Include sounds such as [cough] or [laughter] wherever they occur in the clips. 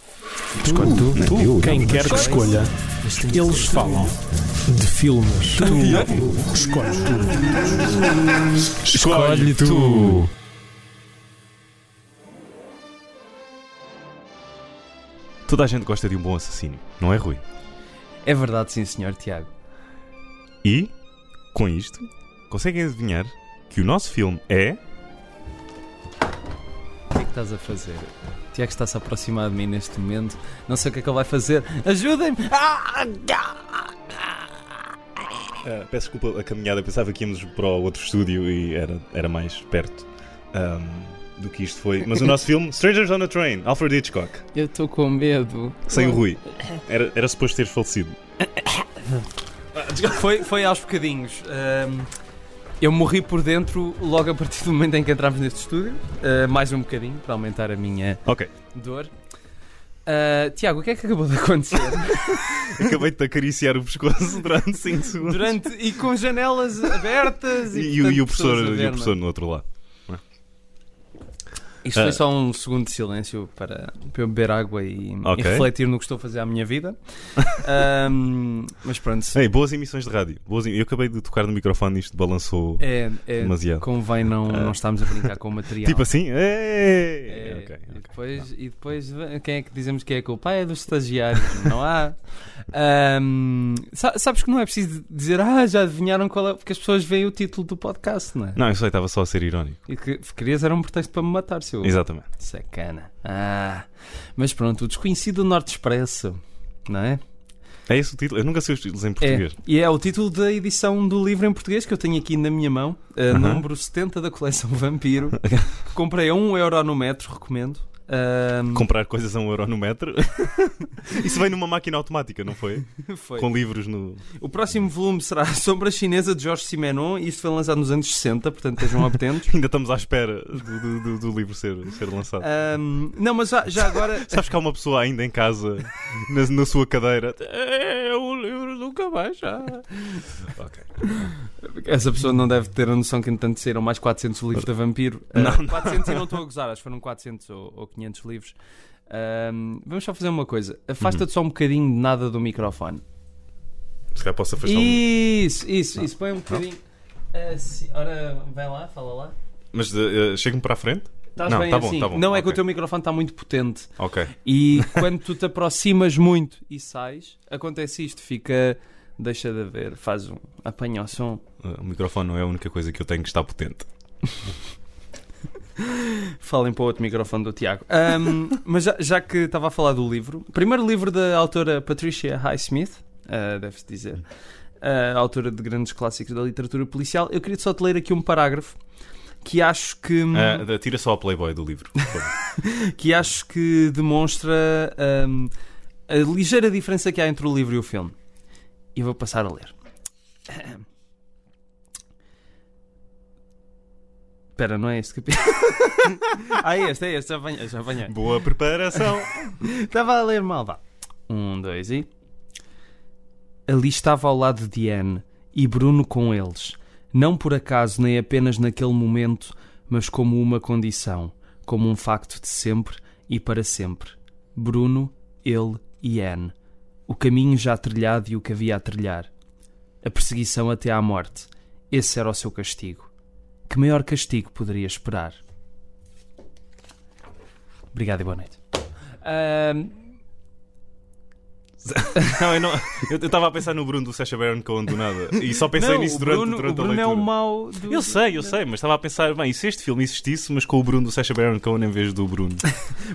que escolhe. Tu, Nem tu, eu, não. quem quer que escolha, eles falam de filmes. Tu escolhes. Escolhe tu. Toda a gente gosta de um bom assassino, não é, Rui? É verdade, sim, senhor Tiago. E, com isto, conseguem adivinhar que o nosso filme é. O que é que estás a fazer? O Tiago está-se a aproximar de mim neste momento. Não sei o que é que ele vai fazer. Ajudem-me! Ah! Ah, peço desculpa a caminhada, pensava que íamos para o outro estúdio e era, era mais perto ahm, do que isto foi. Mas o nosso filme, Strangers on a Train, Alfred Hitchcock, Eu estou com medo. sem o Rui. Era, era suposto teres falecido. Foi, foi aos bocadinhos. Ahm, eu morri por dentro logo a partir do momento em que entramos neste estúdio. Ah, mais um bocadinho para aumentar a minha Ok, dor. Ah, Tiago, o que é que acabou de acontecer? [laughs] acabei de te acariciar o pescoço durante 5 segundos. Durante, e com janelas abertas E, e, e o- portanto, e o professor, pessoas a é? e o ver-me. professor no outro lado. Isto Ah. foi só um segundo de silêncio para, para eu beber água e, e Ok. refletir no que estou a fazer à [laughs] minha vida. Ahm, mas pronto, se- Ei, boas emissões de rádio. Boas em- Eu acabei de tocar no microfone e isto balançou é, é- demasiado. convém não, Ah. não estarmos a brincar com o material. Tipo assim, ei! É, Ok, e, ok. depois, e depois quem é que dizemos que é a culpa? Ah, é dos estagiários, não há. Ahm, sa- sabes que não é preciso dizer, ah, já adivinharam qual é, porque as pessoas veem o título do podcast, não é? Não, eu sei, estava só a ser irónico. E que querias era um pretexto para me matar, seu Exatamente. sacana. Ah, mas pronto, o desconhecido Norte Expresso, não é? É esse o título? Eu nunca sei os títulos em português. É, e é o título da edição do livro em português que eu tenho aqui na minha mão, eh, Aham. número 70 da coleção [laughs] Vampiro. Comprei a 1 euro no metro, recomendo. Ahm, Comprar coisas a um euro no metro. [laughs] Isso vem numa máquina automática, não foi? [laughs] foi. Com livros no. O próximo volume será a Sombra Chinesa de Jorge Simenon e isto foi lançado nos anos 60, portanto [laughs] estejam atentos. Ainda estamos à espera do, do- do- do livro ser, ser lançado. Ahm, não, mas já, já agora. Sabes que há uma pessoa ainda em casa, na, na sua cadeira. É o livro nunca vai já. Ok. Essa pessoa não deve ter a noção que, entretanto, saíram mais 400 livros da Vampiro. Ah, Não, não. 400 e não estou a gozar, acho que foram 400 ou, ou 500 livros. Ahm, vamos só fazer uma coisa: Uhum. afasta-te só um bocadinho de nada do microfone. Se calhar posso afastar um. Isso, isso, isso. Põe um bocadinho. Assim, ora, vem lá, fala lá. Mas eh, chega-me para a frente? Estás Não, bem tá bom, assim? tá bom, não é que ok. o teu microfone está muito potente. Ok. Eh, [laughs] E quando tu te aproximas muito e sais, acontece isto, fica. Deixa de haver, faz um. Apanha o som. Eh, O microfone não é a única coisa que eu tenho que está potente. Falem para o outro microfone do Tiago. [laughs] Ahm, mas já, já que estava a falar do livro, primeiro livro da autora Patricia Highsmith, ah, deve-se dizer, ah, autora de grandes clássicos da literatura policial, eu queria só te ler aqui um parágrafo que acho que. hum, Ah, tira só a Playboy do livro. por favor. que acho que demonstra hum, a ligeira diferença que há entre o livro e o filme. E vou passar a ler. Espera, não é este capítulo? [laughs] ah, é este, é este, já apanhei. Já apanhei. Boa [laughs] preparação. Estava a ler mal, vá. Um, dois e. Ali estava ao lado de Anne e Bruno com eles. Não por acaso nem apenas naquele momento, mas como uma condição, como um facto de sempre e para sempre. Bruno, ele e Anne. O caminho já trilhado e o que havia a trilhar. A perseguição até à morte. Esse era o seu castigo. Que maior castigo poderia esperar? Obrigado e boa noite. Ahm, [laughs] Não, eu não. Eu estava a pensar no Bruno do Sacha Baron Cohen do nada. E só pensei não, nisso o durante, Bruno, durante o Bruno a é o leitura. mau do... Eu sei, eu sei, mas estava a pensar, bem, e se este filme existisse, mas com o Bruno do Sacha Baron Cohen em vez do Bruno?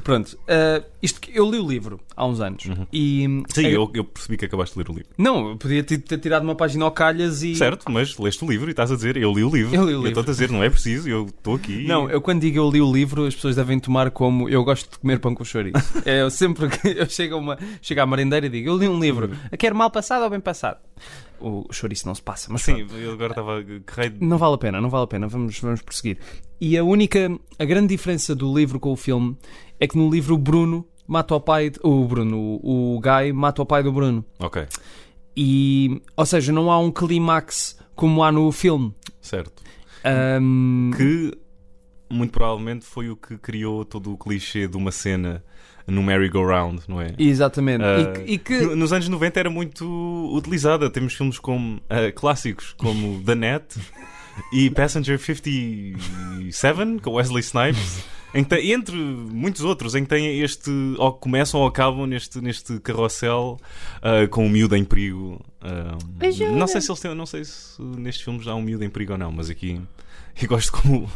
Pronto, ah, isto que eu li o livro há uns anos e Uhum. Sim, eu- eu, eu percebi que acabaste de ler o livro. não, eu podia ter, ter tirado uma página ao calhas e Certo, mas leste o livro e estás a dizer, eu li o livro. Eu li o livro. estou a dizer, não é preciso, eu estou aqui. Não, eu quando digo eu li o livro, as pessoas devem tomar como eu gosto de comer pão [laughs] com chouriço. é eu sempre que eu chego, a uma, chego à marendeira e digo eu li um livro, Uhum. quer mal passado ou bem passado. O chouriço não se passa, mas pronto. Sim, eu agora estava. Que raio de- Não vale a pena, não vale a pena, vamos, vamos prosseguir. E a única, a grande diferença do livro com o filme é que no livro o Bruno mata o pai, de- o Bruno, o o Guy mata o pai do Bruno. Ok, E, ou seja, não há um clímax como há no filme. certo. Ahm, Que muito provavelmente foi o que criou todo o clichê de uma cena no merry-go-round, não é? Exatamente. Ah, e, que- e que. [laughs] no- Nos anos 90 era muito utilizada. Temos filmes como ah, clássicos como The Net e Passenger 57 com Wesley Snipes. em que tem- entre muitos outros, em que tem este. ou começam ou acabam neste, neste carrossel ah, com o miúdo em perigo. Ah, Ajuda. não sei se eles têm, não sei se nestes filmes há um miúdo em perigo ou não, mas aqui eu gosto como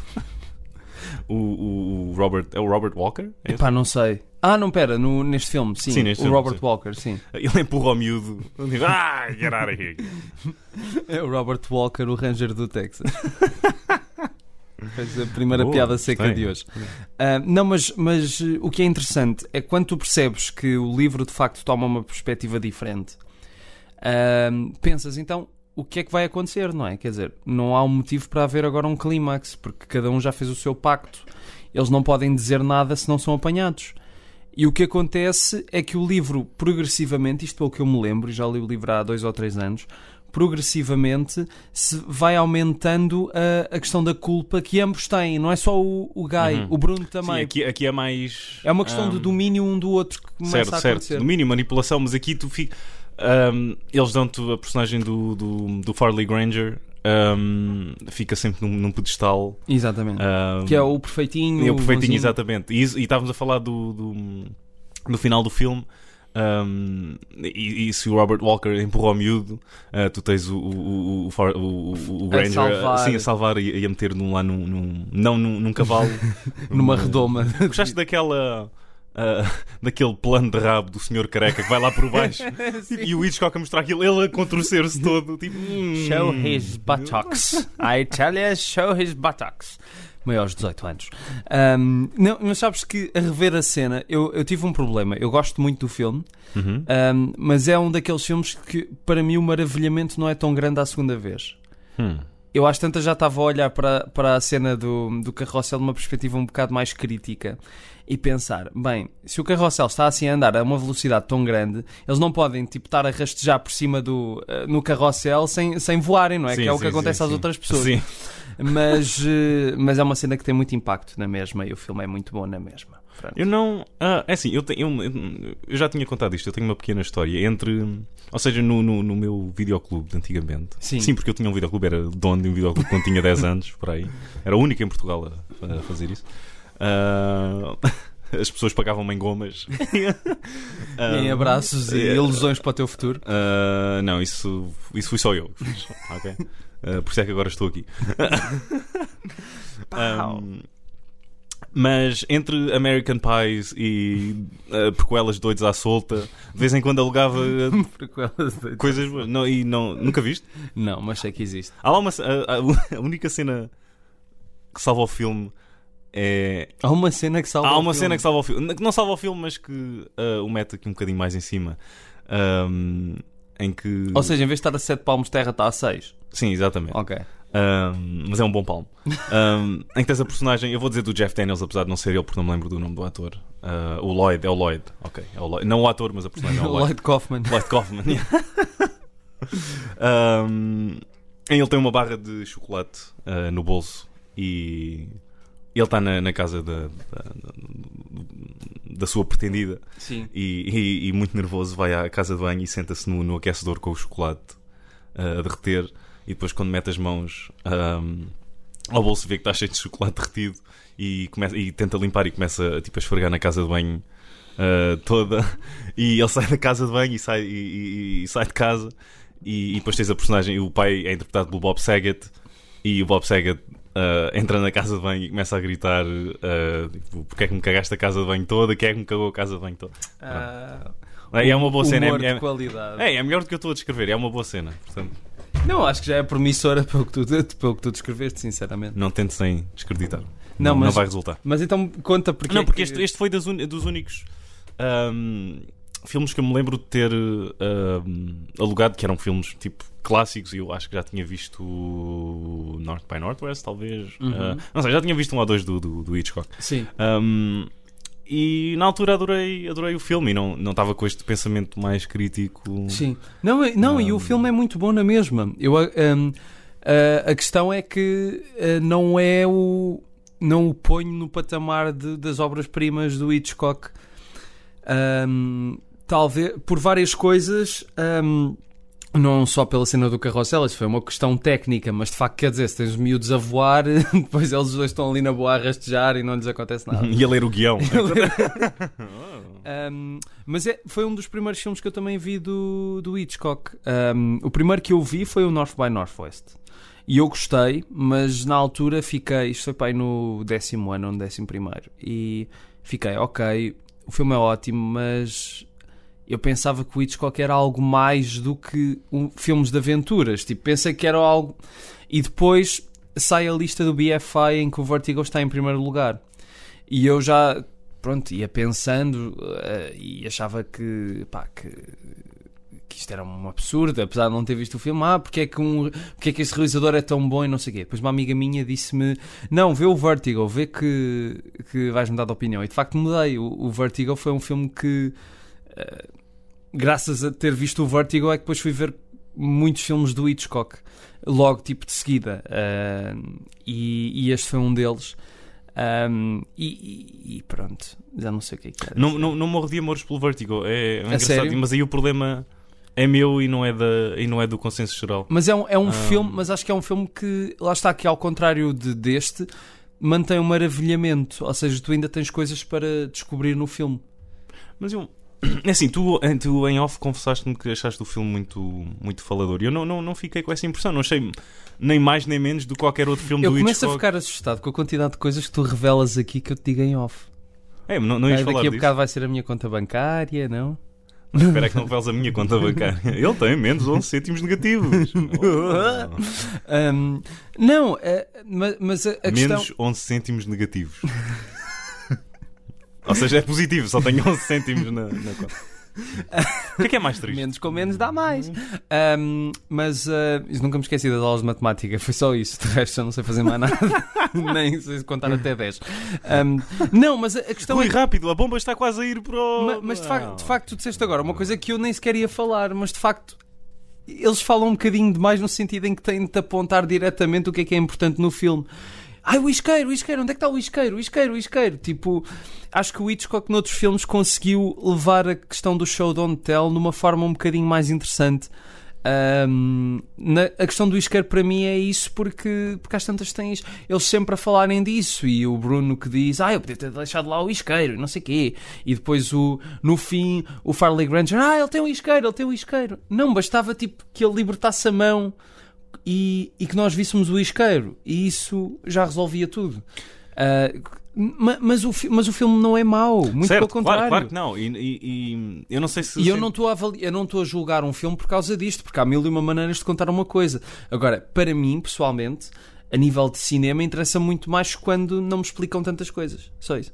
[laughs] o, o, o Robert. É o Robert Walker? É esse? Pá, não sei. Ah, não, pera, no, neste filme, sim. Sim, neste o filme, Robert sim. Walker, sim. Ele empurra o miúdo. Ele diz, ah, get out of here. É o Robert Walker, o Ranger [laughs] do Texas. Fez a primeira Boa, piada seca gostei. de hoje. Ah, não, mas, mas eh, o que é interessante é quando tu percebes que o livro de facto toma uma perspectiva diferente, ah, pensas então o que é que vai acontecer, não é? Quer dizer, não há um motivo para haver agora um clímax, porque cada um já fez o seu pacto. Eles não podem dizer nada se não são apanhados. E o que acontece é que o livro, progressivamente, isto pelo que eu me lembro, e já li o livro há dois ou três anos, progressivamente se vai aumentando a, a questão da culpa que ambos têm. Não é só o, o Guy, Uhum. o Bruno Sim, também. aqui, aqui é mais. É uma questão de ahm, domínio um do outro que começa Certo, a certo. acontecer. Domínio, manipulação, mas aqui tu fica. ahm, eles dão-te a personagem do, do, do Farley Granger. ahm, fica sempre num, num pedestal. Exatamente. ahm, que é o perfeitinho. é o perfeitinho, bonzinho. exatamente. E, isso- e estávamos a falar do, do, do final do filme. ahm, e, e se o Robert Walker empurrou ao miúdo, ah, tu tens o, o, o, o, Far- o- o- o A Granger uh, salvar. sim, a salvar e, e a meter num, lá num, num- não num, num [laughs] cavalo, Numa num- redoma. Gostaste daquela. ah, [laughs] daquele plano de rabo do senhor careca que vai lá por [laughs] baixo Tipo, e o Hitchcock a mostrar aquilo, ele a contorcer-se todo. Tipo, hum, Show his buttocks. I tell you, show his buttocks. Maiores de 18 anos. Ahm, não, mas sabes que a rever a cena, eu, eu tive um problema. Eu gosto muito do filme, Uhum. ahm, mas é um daqueles filmes que, para mim, o maravilhamento não é tão grande à segunda vez. Hum. Eu às tantas já estava a olhar para, para a cena do, do carrossel de uma perspectiva um bocado mais crítica e pensar, bem, se o carrossel está assim a andar a uma velocidade tão grande, eles não podem tipo, estar a rastejar por cima do eh, no carrossel sem, sem voarem, não é? Sim, que é o sim, que acontece sim, às sim. outras pessoas. Sim. [laughs] Mas, eh, mas é uma cena que tem muito impacto na mesma e o filme é muito bom na mesma. Pronto. Eu não. ah, é assim, eu, te- eu, eu já tinha contado isto. Eu tenho uma pequena história entre. Ou seja, no, no, no meu videoclube de antigamente. Sim. porque eu tinha um videoclube, era dono de um videoclube quando tinha 10 anos, por aí. Era o único em Portugal a, a fazer isso. Ah, [laughs] as pessoas pagavam-me em gomas. Ah, Em abraços e eh, ilusões para o teu futuro. ah, não, isso, isso fui só [laughs] eu. que fiz. Ok. Ah, por isso é que agora estou aqui. [laughs] Pau. Ahm, mas entre American Pies e ah, prequelas doidos à solta, de vez em quando [laughs] alugava ah, coisas boas. Não, e não, nunca viste? Não, mas sei que existe. Há lá uma, ce- a, [laughs] a- a única cena que salva o filme é. Há uma cena que salva Há o uma filme. cena que salva o filme. Que não salva o filme, mas que ah, o mete aqui um bocadinho mais em cima. Ahm, em que. Ou seja, em vez de estar a 7 palmos de terra, está a 6. Sim, exatamente. Ok. Um, mas é um bom palmo. Um, em que tens a personagem, eu vou dizer do Jeff Daniels, apesar de não ser ele, porque não me lembro do nome do ator. Uh, o Lloyd, é o Lloyd. Ok, é o Lloyd. Não o ator, mas a personagem [laughs] é o [laughs] Lloyd. Lloyd Kaufman. Lloyd Kaufman. yeah. um, em ele tem uma barra de chocolate uh, no bolso e ele está na, na casa da, da, da sua pretendida Sim. e, e- e muito nervoso vai à casa de banho e senta-se no, no aquecedor com o chocolate ah, a derreter e depois quando mete as mãos ahm, ao bolso vê que está cheio de chocolate derretido e, começa, e tenta limpar e começa tipo, a esfregar na casa de banho ah, toda e ele sai da casa de banho e sai, e- e- e sai de casa e, e depois tens a personagem o pai é interpretado pelo Bob Saget e o Bob Saget ah, entra na casa de banho e começa a gritar ah, tipo, porque é que me cagaste a casa de banho toda que é que me cagou a casa de banho toda é, é uma boa cena. Ah, Humor É, de qualidade. é, é melhor do que eu estou a descrever. É uma boa cena. Portanto, Não, acho que já é promissora [laughs] pelo que tu, pelo que tu descreveste, sinceramente. não tente sem descreditar. Não, Não, mas- vai resultar. Mas então conta porque. não, é porque que- este, este foi das un- dos únicos ahm, filmes que eu me lembro de ter ahm, alugado, que eram filmes tipo clássicos. e Eu acho que já tinha visto o North by Northwest, talvez. Uhum. Ah, não sei, já tinha visto um ou dois do, do, do Hitchcock. Sim. Um, e na altura adorei, adorei o filme e não não estava com este pensamento mais crítico. Sim. Não, e- não e o filme é muito bom na mesma. Eu, ah, hum, ah, a questão é que ah, não é o. não o ponho no patamar de- das obras-primas do Hitchcock. Ahm, talvez por várias coisas, ahm, não só pela cena do carrossel, isso foi uma questão técnica, mas de facto, quer dizer, se tens os miúdos a voar, [laughs] depois eles dois estão ali na boa a rastejar e não lhes acontece nada. E a ler o [laughs] guião. Um, mas é- foi um dos primeiros filmes que eu também vi do, do Hitchcock. Um, o primeiro que eu vi foi o North by Northwest. E eu gostei, mas na altura fiquei. Isto foi pai no décimo ano ou no décimo primeiro. E fiquei, ok, o filme é ótimo, mas eu pensava que o Hitchcock era algo mais do que um- filmes de aventuras. Tipo, pensei que era algo. E depois sai a lista do BFI em que o Vertigo está em primeiro lugar. E eu já pronto, ia pensando eh, e achava que, pá, que, que isto era um absurdo, apesar de não ter visto o filme. Ah, porque é que, um, porque é que este realizador é tão bom e não sei o quê. Depois uma amiga minha disse-me: Não, vê o Vertigo, vê que, que vais mudar de opinião. E de facto mudei. O, o Vertigo foi um filme que, eh, graças a ter visto o Vertigo, é que depois fui ver muitos filmes do Hitchcock. Logo, tipo, de seguida. Eh, e- e este foi um deles. Um, e, e- e pronto, já não sei o que é que era. não, não, não morro de amores pelo Vertigo. É, é engraçado. sério? Mas aí o problema é meu e não é, da, e não é do consenso geral. Mas é um, é um Ah. filme, mas acho que é um filme que, lá está, que ao contrário de, deste, mantém um maravilhamento. Ou seja, tu ainda tens coisas para descobrir no filme. Mas eu. [clears throat] É assim, tu, em- tu em off confessaste-me que achaste o filme muito, muito falador. E eu não, não, não fiquei com essa impressão. Não achei nem mais nem menos do que qualquer outro filme Eu do começo a Hitchcock. ficar assustado com a quantidade de coisas que tu revelas aqui que eu te digo em off. É, não, não ias Ah, falar daqui a disso. bocado vai ser a minha conta bancária, não? Mas espera que não reveles a minha conta [laughs] bancária. Ele tem menos 11 cêntimos negativos. Oh. [laughs] Ahm, não, eh, ma- mas a, a questão. [laughs] menos 11 cêntimos [laughs] negativos. Ou seja, é positivo, só tenho 11 cêntimos na, na conta. O que é que é mais triste? Menos com menos dá mais. Ahm, mas ah, isso nunca me esqueci das aulas de matemática, foi só isso. De resto, eu não sei fazer mais nada, [laughs] nem sei contar até 10. Ahm, não, mas a, a questão Ui, é. rápido, a bomba está quase a ir para o... Ma- mas de Não. facto, de facto, tu disseste agora uma coisa que eu nem sequer ia falar, mas de facto. Eles falam um bocadinho demais no sentido em que têm de te apontar diretamente o que é que é importante no filme. Ai, o isqueiro, o isqueiro, onde é que está o isqueiro? O isqueiro, o isqueiro. Tipo, acho que o Hitchcock noutros filmes conseguiu levar a questão do show don't tell numa forma um bocadinho mais interessante. Ahm, na- a questão do isqueiro para mim é isso porque, porque às tantas tens eles sempre a falarem disso e o Bruno que diz, ah eu podia ter deixado lá o isqueiro e não sei quê, e depois o, no fim o Farley Granger ah ele tem um isqueiro, ele tem um isqueiro não, bastava tipo que ele libertasse a mão e, e que nós víssemos o isqueiro e isso já resolvia tudo Ah, ma- mas, o, fi- mas o filme não é mau, muito certo, pelo contrário Claro, claro que não. E, e- e eu não sei se... e eu não estou a avali- eu não estou a julgar um filme por causa disto, porque há mil e uma maneiras de contar uma coisa. Agora, para mim, pessoalmente, a nível de cinema, interessa muito mais quando não me explicam tantas coisas. Só isso.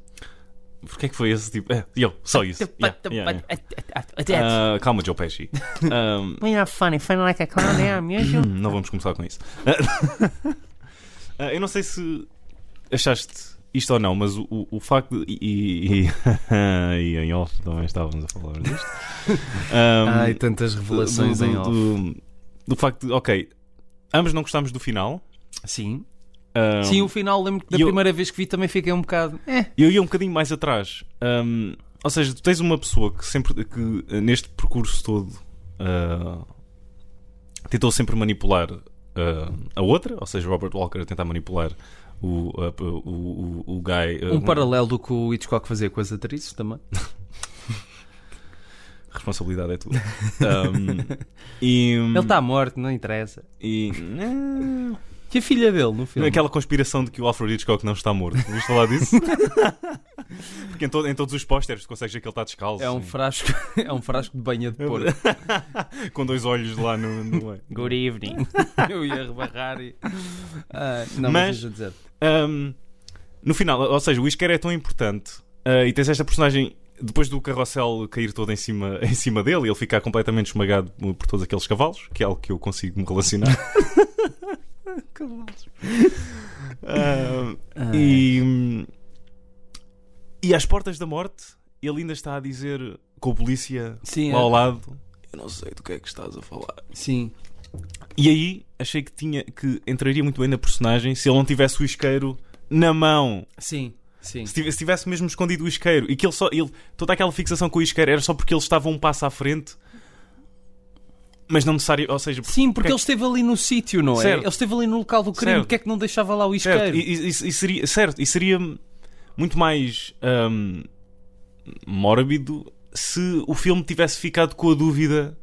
Porquê é que foi esse tipo... É, eu, só isso. Yeah, yeah, yeah. Ah, calma, Joe Pesci. [laughs] Ahm, Well, you're not funny. Funny like a clown. Yeah, I'm usual. Hum, não vamos começar com isso. [laughs] Ah, eu não sei se achaste isto ou não, mas o, o- o facto. de- E, [laughs] e, e em off também estávamos a falar disto. Ahm, tantas do, do- do- do facto de, ok, ambos não gostámos do final. Sim. Ahm, Sim, o final, lembro que da e eu- primeira vez que vi também fiquei um bocado. eh. Eu ia um bocadinho mais atrás. Hum, ou seja, tu tens uma pessoa que sempre que eh, neste percurso todo ah, tentou sempre manipular ah, a outra, ou seja, Robert Walker a tentar manipular o, ah, p- o, o, o guy. ah, Um paralelo do que o Hitchcock fazia com as atrizes também. Responsabilidade é tua. Hum, e, Ele tá- está morto, não interessa. E. eh, é E a filha dele no filme? Aquela conspiração de que o Alfred Hitchcock não está morto. Viste falar disso? [laughs] Porque em, todo- em todos os pósteres tu consegues ver que ele está descalço. É um frasco, [laughs] é um frasco de banha de porco. com dois olhos lá no, no meio. Good evening. Eu ia rebarrar e. Ah, Mas- não, mas, deixa eu dizer. Um, no final, ou seja, o isqueiro é tão importante uh, e tens esta personagem depois do carrossel cair todo em cima, [laughs] em cima dele e ele ficar completamente esmagado por por todos aqueles cavalos, que é algo que eu consigo me relacionar. cavalos. Um, e, e às portas da morte, ele ainda está a dizer com o polícia Sim, lá ao é- lado: Eu não sei do que é que estás a falar. sim. E aí achei que tinha que entraria muito bem na personagem se ele não tivesse o isqueiro na mão. Sim, sim. Se tivesse, se tivesse mesmo escondido o isqueiro e que ele só. Ele, toda aquela fixação com o isqueiro era só porque ele estava um passo à frente, mas não necessário. Ou seja, porque- Sim, porque é ele esteve ali no sítio, não é? Certo. Ele esteve ali no local do crime, Certo. porque é que não deixava lá o certo, isqueiro? e, e- e- e seria, certo, e seria muito mais ahm, mórbido se o filme tivesse ficado com a dúvida.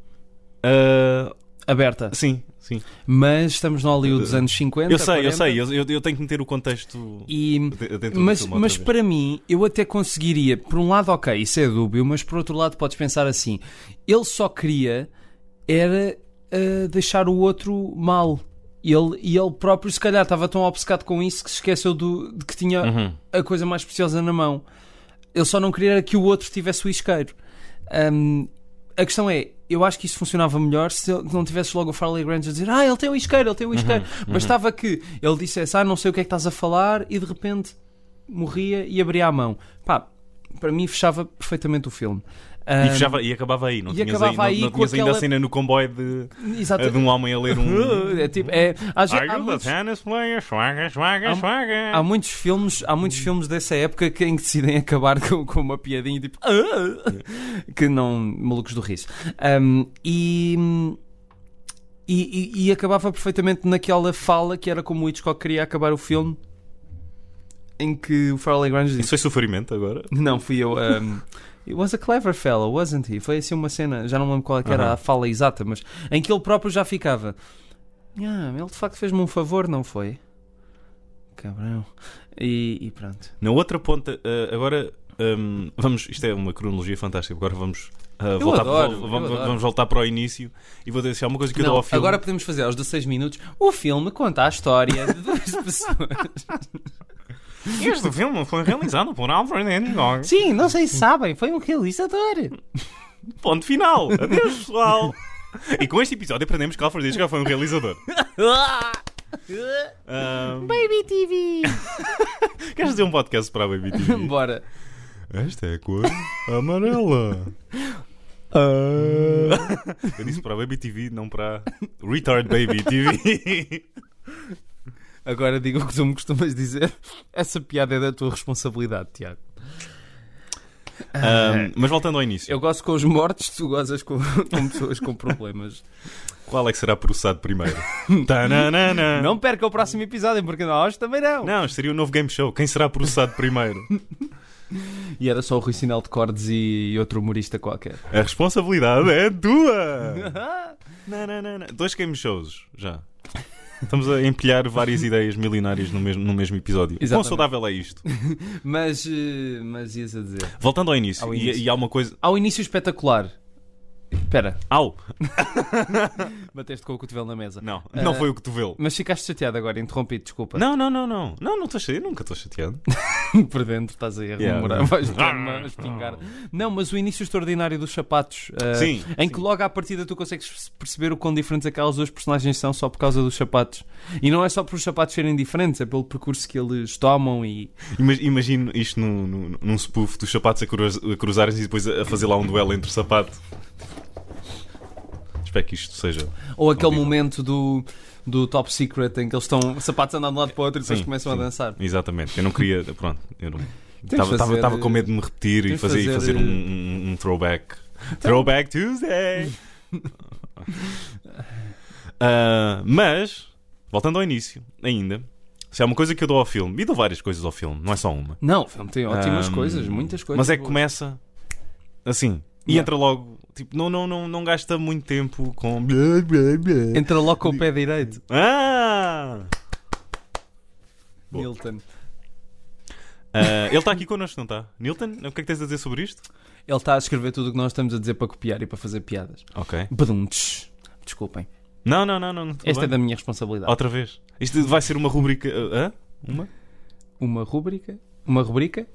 ah, Aberta. sim, sim. Mas estamos no Hollywood dos anos 50. Eu sei, eu 40, sei, eu, eu- eu tenho que meter o contexto E, de- dentro do mas filme outra mas vez. para mim, eu até conseguiria, por um lado, ok, isso é dúbio, mas por outro lado, podes pensar assim: ele só queria era ah, deixar o outro mal. Ele, e ele próprio, se calhar, estava tão obcecado com isso que se esqueceu do, de que tinha Uhum. a coisa mais preciosa na mão. Ele só não queria era que o outro tivesse o isqueiro. Hum, a questão é, eu acho que isso funcionava melhor se ele não tivesse logo o Farley Granger a dizer ah, ele tem o isqueiro, ele tem o isqueiro. Uhum, Bastava que ele dissesse ah, não sei o que é que estás a falar e de repente morria e abria a mão. Pá, para mim fechava perfeitamente o filme. Hum, E, fechava- e acabava aí, não e tinhas, acabava aí, aí não, não com tinhas ainda aquela- a cena no comboio de, Exato. de um homem a ler um. [laughs] É tipo, é, às Are vezes- há you the muitos- tennis player? Swaga, swaga, Há- um- swaga. Há muitos filmes, há muitos filmes dessa época que, em que decidem acabar [laughs] com, com uma piadinha tipo "Ah", que não malucos do riso. Ahm, e, e, e- e acabava perfeitamente naquela fala que era como o Hitchcock queria acabar o filme em que o Farley Granger Isso disse foi sofrimento agora? não, fui eu. ahm, It was a clever fellow, wasn't he? Foi assim uma cena, já não me lembro qual é que era Aham. a fala exata, mas em que ele próprio já ficava. Ah, ele de facto fez-me um favor, não foi? Cabrão. E, e pronto. Na outra ponta, ah, agora hum, vamos. Isto é uma cronologia fantástica. Agora vamos. ah, voltar, adoro, vol- eu vamos, adoro. vamos voltar para o início e vou deixar uma coisa que eu dou Não, ao filme. agora podemos fazer aos 16 minutos. O filme conta a história de duas [laughs] pessoas. Este filme foi realizado por Alfred Hitchcock. Sim, não sei se sabem, foi um realizador. Ponto [laughs] final. Adeus, pessoal. e com este episódio aprendemos que Alfred Hitchcock foi um [laughs] realizador. Ahm, Baby TV. [laughs] queres dizer um podcast para a Baby [laughs] TV? Bora. Esta é a cor [laughs] amarela. Eu disse para a Baby TV, não para a Retard Baby [laughs] TV. Agora diga o que tu me costumas dizer. Essa piada é da tua responsabilidade, Tiago. Ahm, mas voltando ao início, Eu gosto com os mortos, tu gozas com, com pessoas com problemas. qual é que será processado [laughs] primeiro? Tananana. Não perca o próximo episódio, porque nós também não. Não, isto seria o novo game show. Quem será processado primeiro? E era só o Rui Sinal de Cordes e outro humorista qualquer. [laughs] A responsabilidade é tua! Nananana. Dois game shows já. Estamos a empilhar várias ideias milionárias no mesmo, no mesmo episódio. O Quão Exatamente. saudável é isto? Mas, eh, mas ias a dizer. Voltando ao início, Ao e- início. E, há uma coisa. Ao um início espetacular. Espera, Au! bateste com o cotovelo na mesa. Não, não foi o cotovelo. Mas ficaste chateado agora, interrompido, desculpa. Não, não, não, não. Não, não estou chateado. Eu Nunca estou chateado. Por dentro estás aí a Yeah. rememorar. Vais dar [laughs] uma espingarda. Não, mas o início extraordinário dos sapatos. eh, Sim, Em que logo à partida tu consegues perceber o quão diferentes aquelas duas personagens são só por causa dos sapatos. E não é só por os sapatos serem diferentes, é pelo percurso que eles tomam e. Ima- Imagino isto num, num, num spoof dos sapatos a, cruz, a cruzarem e depois a, a fazer lá um duelo entre sapato. Espero que isto seja. Ou aquele digo. momento do, do Top Secret em que eles estão os sapatos andam de um lado para o outro e depois Sim, começam sim. a dançar. Exatamente. Eu não queria. Pronto. Eu não. de Estava fazer, tava, tava eh, com medo de me repetir e tens de fazer, e fazer, eh, fazer um, um- um throwback. Throwback [laughs] Tuesday! Ah, mas, voltando ao início, ainda, se há uma coisa que eu dou ao filme, e dou várias coisas ao filme, não é só uma. Não, o filme tem ótimas Ahm, coisas, muitas coisas. Mas é que boas. começa assim e Yeah. entra logo. Tipo, não, não, não, não gasta muito tempo com. é Entra logo com o pé direito, Ah! Boa. Milton. Ah, ele está aqui connosco, não está? Nilton, o que é que tens a dizer sobre isto? Ele está a escrever tudo o que nós estamos a dizer para copiar e para fazer piadas. Ok. Baduntes. Desculpem. Não, não, não, não. não tudo Esta é bem. da minha responsabilidade. Outra vez. Isto vai ser uma rubrica. ah, hã? Uma? Uma rúbrica? Uma rubrica?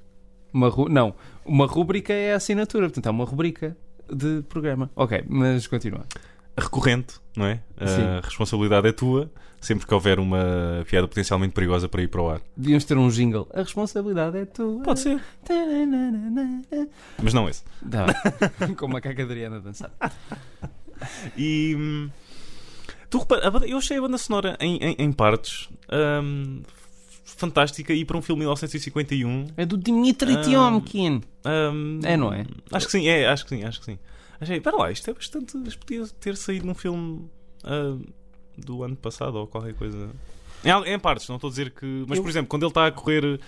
Uma ru... Não. Uma rúbrica é a assinatura, portanto é uma rubrica de programa. Ok, mas continua. Recorrente, não é? A Sim. responsabilidade é tua sempre que houver uma piada potencialmente perigosa para ir para o ar. Devíamos ter um jingle. A responsabilidade é tua. Pode ser. Tananana. Mas não é assim. esse. Tá bem. [laughs] Com uma caca Adriana a dançar. E hum, tu repara, a banda- eu achei a banda sonora em, em- em partes hum, f- fantástica e para um filme de 1951. É do Dmitry Ah. Tiomkin. hum, É, não é? Acho que sim, é, acho que sim, acho que sim. Achei, espera lá, isto é bastante. Isto podia ter saído num filme ah, do ano passado ou qualquer coisa. Em, al- em partes, não estou a dizer que. Mas, por exemplo, quando ele está a correr.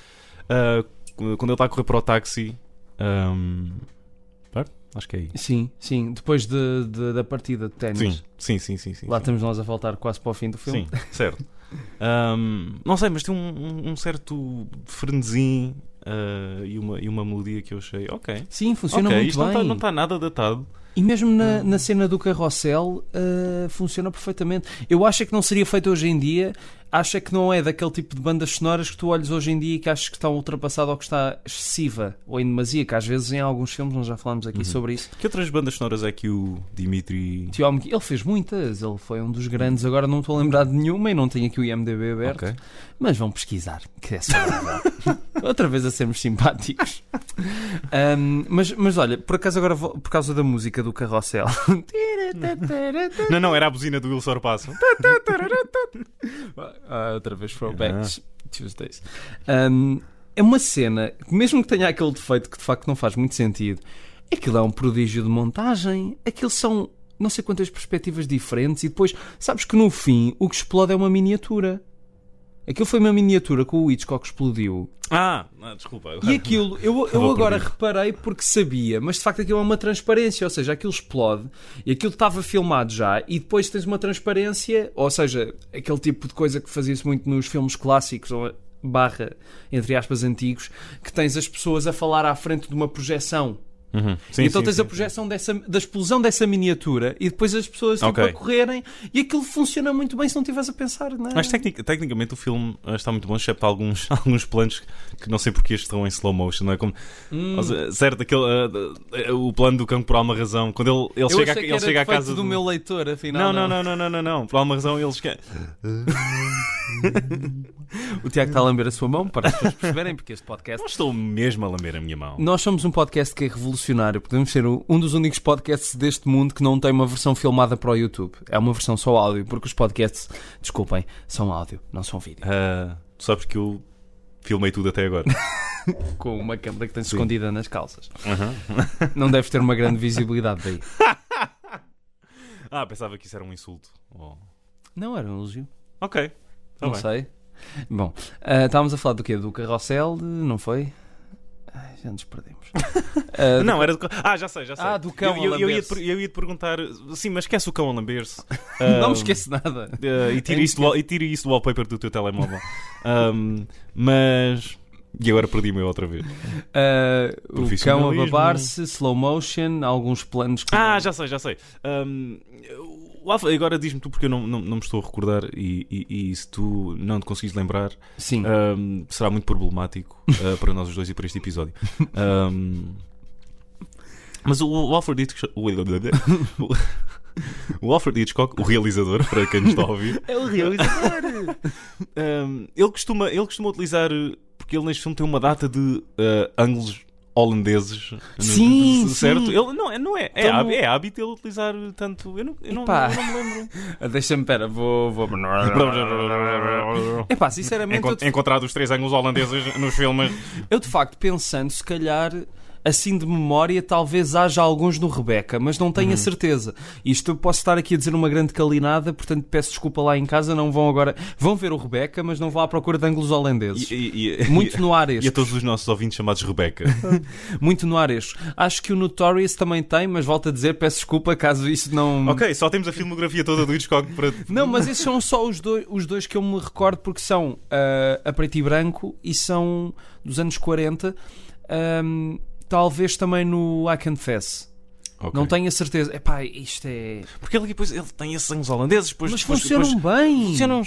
ah, quando ele está a correr para o táxi. ahm, pera, acho que é aí. Sim, sim. Depois de, de- da partida de ténis. Sim, sim, sim, sim. sim, Lá sim. estamos nós a faltar quase para o fim do filme. Sim, [laughs] certo. Ahm, não sei, mas tem um, um- um certo frenesim ah, e, uma, e uma melodia que eu achei. Ok. Sim, funciona ok, muito isto não bem. está- não tá- está nada datado. E mesmo na, na cena do carrossel ah, funciona perfeitamente. Eu acho é que não seria feito hoje em dia. Acho é que não é daquele tipo de bandas sonoras que tu olhas hoje em dia e que achas que está ultrapassada ou que está excessiva ou em demasia, que às vezes em alguns filmes, nós já falámos Uhum. aqui sobre isso. Que outras bandas sonoras é que o Dimitri. Tiago, ele fez muitas, ele foi um dos grandes, agora não estou a lembrar de nenhuma e não tenho aqui o IMDB aberto, Ok. mas vão pesquisar, que é saudável. Outra vez a sermos simpáticos. Ahm, mas, mas olha, por acaso agora, vou- por causa da música do Carrossel, Não, não, era a buzina do Will Sorpasso. Ah, outra vez throwbacks Tuesdays. Um, é uma cena, que mesmo que tenha aquele defeito que de facto não faz muito sentido, aquilo é um prodígio de montagem, aquilo são não sei quantas perspectivas diferentes e depois sabes que no fim o que explode é uma miniatura. Aquilo foi uma miniatura que o Hitchcock explodiu. Ah, ah, desculpa. E aquilo, eu, eu Acabou agora perdido. reparei porque sabia, mas de facto aquilo é uma transparência, ou seja, aquilo explode e aquilo estava filmado já, e depois tens uma transparência, ou seja, aquele tipo de coisa que fazia-se muito nos filmes clássicos, ou barra, entre aspas, antigos, que tens as pessoas a falar à frente de uma projeção. Uhum. Sim, então sim, tens sim. a projeção dessa, da explosão dessa miniatura e depois as pessoas tipo, Ok. a correrem e aquilo funciona muito bem se não estiveres a pensar, não é? Mas tecnic- tecnicamente o filme ah, está muito bom, excepto alguns, [laughs] alguns planos que não sei porque estão em slow motion, não é? Como, Hum. Ou seja, certo, aquele, ah, ah, o plano do cão por alguma razão. Quando ele, ele eu chega, a- achei que ele era chega à defeito casa um- do meu leitor, afinal. Não, não, não, não, não, não, não. Por alguma razão ele chega. O Tiago está a lamber a sua mão para as pessoas perceberem, porque este podcast. Não estou mesmo a lamber a minha mão. Nós somos um podcast que é revolucionário. Podemos ser o- um dos únicos podcasts deste mundo que não tem uma versão filmada para o YouTube. É uma versão só áudio, porque os podcasts, desculpem, são áudio, não são vídeo. Ah, tu sabes que eu filmei tudo até [laughs] agora. Com uma câmera que tem escondida nas calças. [laughs] não deve ter uma grande visibilidade daí. ah, pensava que isso era um insulto. Oh. Não era um elogio. Ok. Tá não bem. sei. Bom, ah, estávamos a falar do quê? Do carrossel, de- não foi? Ai, já nos [laughs] perdemos. Ah, Não, era do cão. Ah, já sei, já sei. Ah, do cão Eu- eu, a eu, ia, lamber-se. per- eu ia te perguntar. Sim, mas esquece o cão a lamber-se. [laughs] não Ah, me esqueço É nada. ah, e, tira isso do, wall- e tira isso do wallpaper do teu telemóvel. [laughs] Ahm, mas. E agora perdi-me eu outra vez. Uh, o cão a Profissionalismo. babar-se, slow motion, alguns planos que. Ah, já sei, já sei. Ahm, o Alfa- agora diz-me tu porque eu não, não, não me estou a recordar e, e- e se tu não te conseguires lembrar, Sim. Ah. ahm, será muito problemático [laughs] ah, para nós os dois e para este episódio. Ahm, mas o, o Alfred Hitchcock. O, o Alfred Hitchcock, o realizador, para quem nos está a ouvir, É o realizador. ahm, ele, costuma, ele costuma utilizar. eh, Porque ele neste filme tem uma data de ah, ângulos holandeses. no- Sim, certo? sim. Ele, não, é- não é, é, Então- hábito, é hábito ele utilizar tanto. Eu não, eu não, Epá. eu não me lembro. Ah, Deixa-me, pera, vou. vou... Epá, sinceramente, eu Encont- de, encontrado os três ângulos holandeses nos filmes. eu de facto pensando, se calhar. Assim de memória, talvez haja alguns no Rebeca, mas não Uhum. tenho a certeza. Isto eu posso estar aqui a dizer uma grande calinada, portanto peço desculpa lá em casa. Não vão agora. Vão ver o Rebeca, mas não vão à procura de ângulos holandeses. E, e- e- Muito no ar e- este. e a todos os nossos ouvintes chamados [laughs] Rebeca. Muito no ar este. Acho que o Notorious também tem, mas volto a dizer, peço desculpa caso isso não. ok, só temos a filmografia toda do Hitchcock para. Não, mas esses são só os dois, os dois que eu me recordo porque são ah, a preto e branco e são dos anos 40. Ahm, talvez também no I Confess. Ok. Não tenho a certeza. Epá, isto é. Porque ele depois ele tem esses ângulos holandeses. Depois, mas um depois- funcionam depois- bem. Funcionam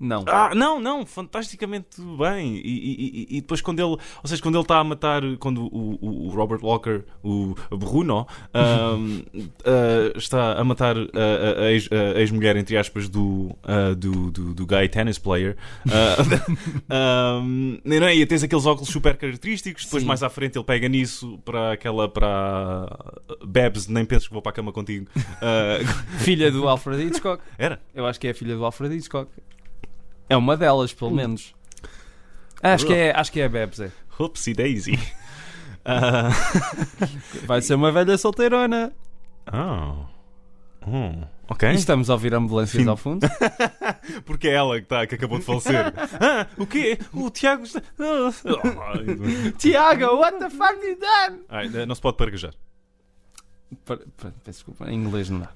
Não. Ah, não, não, fantasticamente bem. E, e- e- e depois quando ele, ou seja, quando ele está a matar, quando o, o- o Robert Walker, o Bruno, ahm, [laughs] ah, está a matar ah, a, a ex- a ex-mulher, entre aspas, do, ah, do, do, do guy tennis player, ah, [laughs] ahm, não é? e tens aqueles óculos super característicos, depois Sim. mais à frente ele pega nisso para aquela, para Babs, nem penses que vou para a cama contigo. Ah, [laughs] Filha do Alfred Hitchcock. era? Eu acho que é a filha do Alfred Hitchcock. É uma delas, pelo menos. Acho que é, acho que é a Bebs, é. Oopsie Daisy. Ah. Vai ser uma velha solteirona. Oh. Hum, ok. E estamos a ouvir ambulâncias Fim. ao fundo. Porque é ela que, tá, que acabou de falecer. [laughs] ah, o quê? O Tiago está. Ah. Tiago, what the fuck you done? [laughs] Ai, não se pode pargajar. Peço desculpa, em inglês não dá.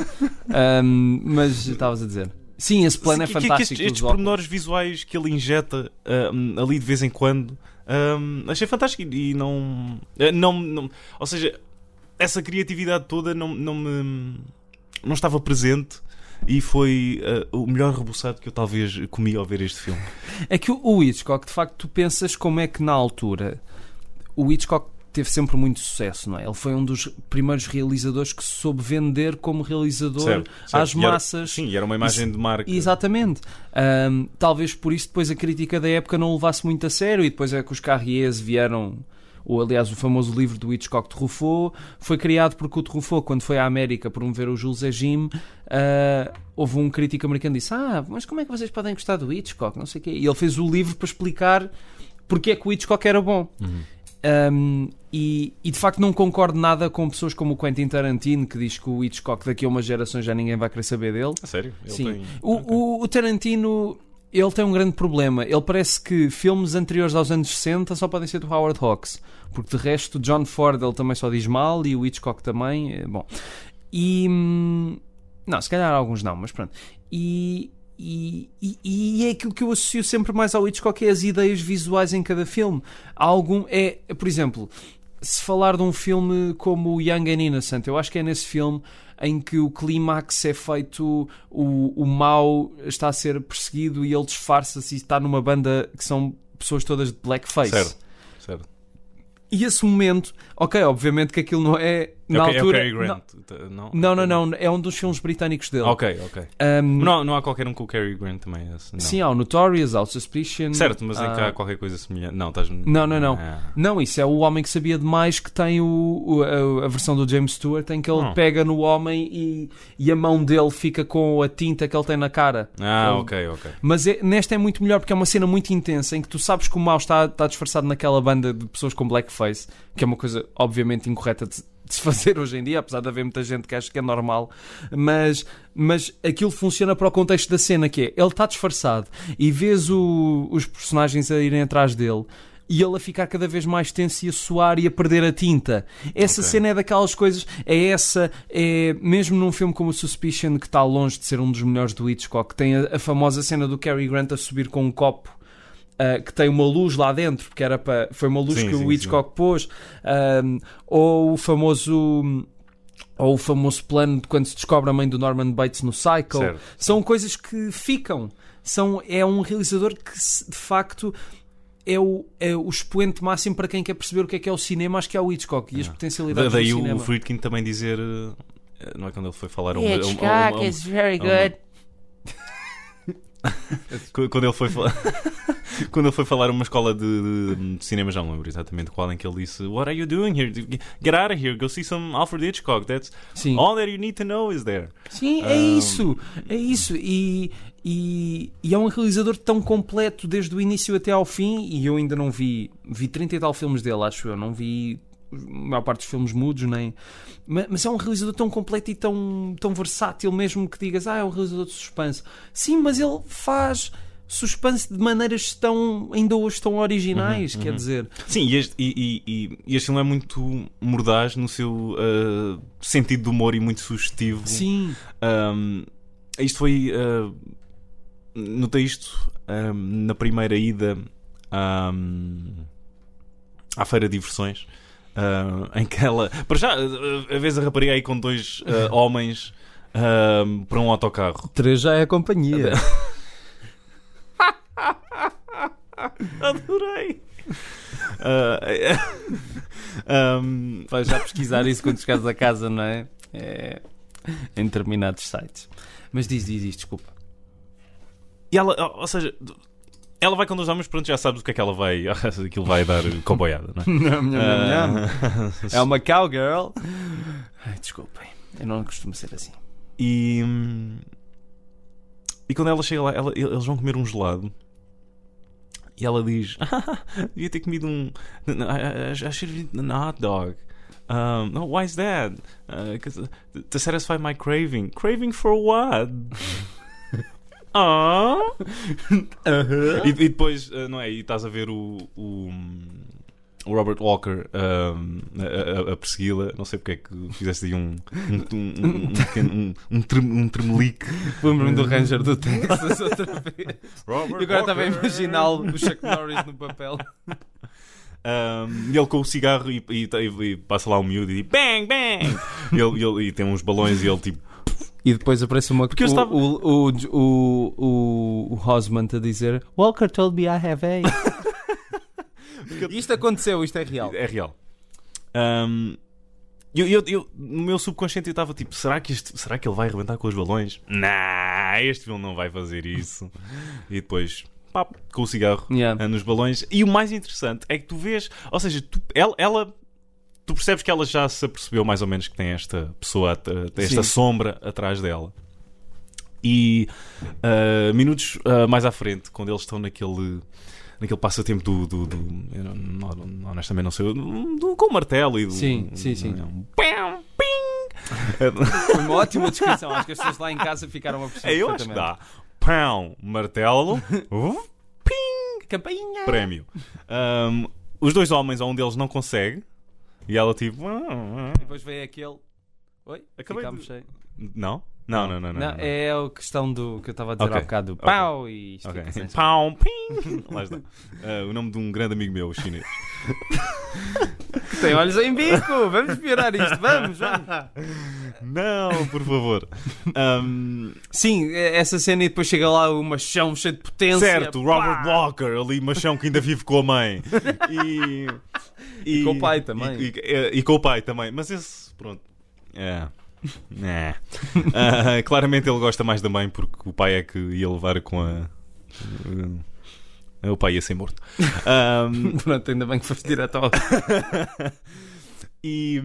[laughs] Ahm, mas estavas a dizer. Sim, esse plano é Que- que- que fantástico. estes dos estes óculos. pormenores visuais que ele injeta ahm, ali de vez em quando ahm, achei fantástico e e não, eh, não, não- Ou seja, essa criatividade toda não, não me. não estava presente. E foi ah, o melhor rebuçado que eu talvez comi ao ver este filme. É que o- o Hitchcock, de facto, tu pensas como é que na altura o Hitchcock teve sempre muito sucesso, não é? Ele foi um dos primeiros realizadores que se soube vender como realizador Certo, certo. às E era- massas. sim, e era uma imagem de marca. Exatamente. Ahm, talvez por isso depois a crítica da época não o levasse muito a sério e depois é que os Carriers vieram. Ou, aliás, o famoso livro do Hitchcock de Truffaut foi criado porque o Truffaut, quando foi à América promover o Jules Egime, ah, houve um crítico americano que disse: Ah, mas como é que vocês podem gostar do Hitchcock? Não sei o quê. E ele fez o livro para explicar porque é que o Hitchcock era bom. Um, e, e, de facto não concordo nada com pessoas como o Quentin Tarantino que diz que o Hitchcock daqui a umas gerações já ninguém vai querer saber dele. A sério? Ele Sim. tem- O, o- o Tarantino ele tem um grande problema. Ele parece que filmes anteriores aos anos 60 só podem ser do Howard Hawks, porque de resto o John Ford ele também só diz mal e o Hitchcock também. eh, Bom, e hum, não, se calhar alguns não, mas pronto. E, e, e- e é aquilo que eu associo sempre mais ao Hitchcock é as ideias visuais em cada filme. Há algum é, por exemplo, se falar de um filme como o Young and Innocent, eu acho que é nesse filme em que o clímax é feito, o, o mal está a ser perseguido e ele disfarça-se e está numa banda que são pessoas todas de blackface. Certo. Certo. E esse momento, ok, obviamente que aquilo não é na Ok, é o altura. Cary Grant. T- Não, não, não, não, é um dos filmes britânicos dele. Ok, ok. Um, Não, não há qualquer um com o Cary Grant também. é esse, não. Sim, há o Notorious, há o Suspicion. Certo, mas em que há- há qualquer coisa semelhante. Não, estás. Não, não, não. Ah. Não, isso é o Homem que Sabia Demais que tem o, o- a, a versão do James Stewart em que ele Hum. pega no homem e, e a mão dele fica com a tinta que ele tem na cara. Ah, Ele- ok, ok. Mas é- nesta é muito melhor porque é uma cena muito intensa em que tu sabes que o mal está, está disfarçado naquela banda de pessoas com blackface, que é uma coisa obviamente incorreta de, se- de se [laughs] fazer hoje em dia, apesar de haver muita gente que acha que é normal. Mas, mas aquilo funciona para o contexto da cena, que é ele está disfarçado e vês o- os personagens a irem atrás dele. E ele a ficar cada vez mais tenso e a suar e a perder a tinta. Essa Ok. cena é daquelas coisas. É essa. É, mesmo num filme como o Suspicion, que está longe de ser um dos melhores do Hitchcock, tem a, a famosa cena do Cary Grant a subir com um copo. ah, que tem uma luz lá dentro, porque era para foi uma luz Sim, que sim, o Hitchcock pôs, ahm, ou o famoso ou o famoso plano de quando se descobre a mãe do Norman Bates no Psycho, Certo. são coisas que ficam. São, é um realizador que se- de facto é o, é o expoente máximo para quem quer perceber o que é que é o cinema, acho que é o Hitchcock e as Da- potencialidades daí do o cinema. Friedkin também dizer. eh, Não é quando ele foi falar a um- a um- a um- a um- Hitchcock é is very um- good. [laughs] Qu- Quando ele foi falar. [laughs] Quando ele foi falar a uma escola de, de- de cinema, já não lembro exatamente qual, em que ele disse: What are you doing here? Get out of here, go see some Alfred Hitchcock. That's Sim. all that you need to know is there. Sim, é Ahm. isso, é isso. E, e, e é um realizador tão completo desde o início até ao fim. E eu ainda não vi, vi 30 e tal filmes dele, acho eu. Não vi a maior parte dos filmes mudos, nem. Ma- Mas é um realizador tão completo e tão, tão versátil, mesmo que digas, ah, é um realizador de suspense. Sim, mas ele faz suspense de maneiras tão, ainda hoje tão originais, quer dizer. Sim, e este, e, e- e- e este filme é muito mordaz no seu ah, sentido de humor e muito sugestivo. Sim, Ahm, isto foi. ah, notei isto ahm, na primeira ida ahm, à Feira de Diversões. ah, em que ela. Para já, ah, a vez a rapariga aí com dois ah, homens ahm, para um autocarro. três já é a companhia. Adorei! Ah, [laughs] é- ahm, Vais já pesquisar isso quando chegares a casa, não é? é? Em determinados sites. Mas diz, diz, diz, [laughs] desculpa. E ela, ou- ou seja, ela vai com dois homens, pronto, já sabes o que é que ela vai. [laughs] Aquilo vai dar comboiada, não é? Ah, É uma cowgirl. Ai, desculpem. Eu não costumo ser assim. E. hum, E quando ela chega lá, ela- eles vão comer um gelado. E ela diz: [laughs] devia ter comido um. I, I, I should have eaten a hot dog. Um, oh, why is that? Uh, 'cause, uh, to satisfy my craving. Craving for what? Ah! e, e depois, uh, não é? E estás a ver o, o, o Robert Walker um, a, a- a persegui-la. Não sei porque é que fizeste aí um. um, um, um, um, pequeno- um, um, trem- um tremelique. Lembro-me do Ranger do [laughs] Texas outra vez. E agora estava a imaginá-lo, o Chuck Norris no papel. Um, e ele com o cigarro e, e- e- e passa lá um miúdo e diz bang, bang! e, ele, e ele- e tem uns balões e ele tipo. E depois aparece uma Porque eu o, estava- o, o, o, o, o Hosman a dizer Walker told me I have AIDS. [laughs] Isto aconteceu, isto é [laughs] real. É real. Um, eu, eu- eu- no meu subconsciente eu estava tipo, será que, este, será que ele vai arrebentar com os balões? Nah, este filme não vai fazer isso. e depois, pá, com o cigarro Yeah. ah, nos balões. E o mais interessante é que tu vês, ou seja, tu- ela, ela- tu percebes que ela já se apercebeu mais ou menos que tem esta pessoa, at- tem esta Sim. sombra atrás dela. E ah, minutos ah, mais à frente, quando eles estão naquele naquele passatempo do. do, do- eu não- não- honestamente, não sei. do- do- com o martelo e do. Sim, sim, sim. Um, pam, ping! Foi uma ótima descrição. Acho que as pessoas lá em casa ficaram a perceber. É, eu acho que dá. Pão, [laughs] martelo, uh, ping! Campainha! Prémio. Um, os dois homens, um deles não consegue. E ela tipo. ah, ah, Depois vem aquele. Oi? Acabei Ficámos de- sem- Não? Não, não, não. não, não. Não, é a questão do que eu estava a dizer Ok. há bocado. Ok. Pau e assim. isto Ok. fica sem- [laughs] Pão, ping! Lá está. Ah, o nome de um grande amigo meu, chinês. Tem olhos em bico! Vamos piorar isto, vamos, vamos! Não, por favor. Um, Sim, é- essa cena e depois chega lá o machão cheio de potência. Certo, pá! Robert Walker, ali machão que ainda vive com a mãe. E, E com o pai também. E, e- e com o pai também. Mas esse, pronto. É. É. Ah, claramente ele gosta mais da mãe porque o pai é que ia levar com a. O pai ia ser morto. Ahm, [laughs] Pronto, ainda bem que foste direto [laughs] ao. e,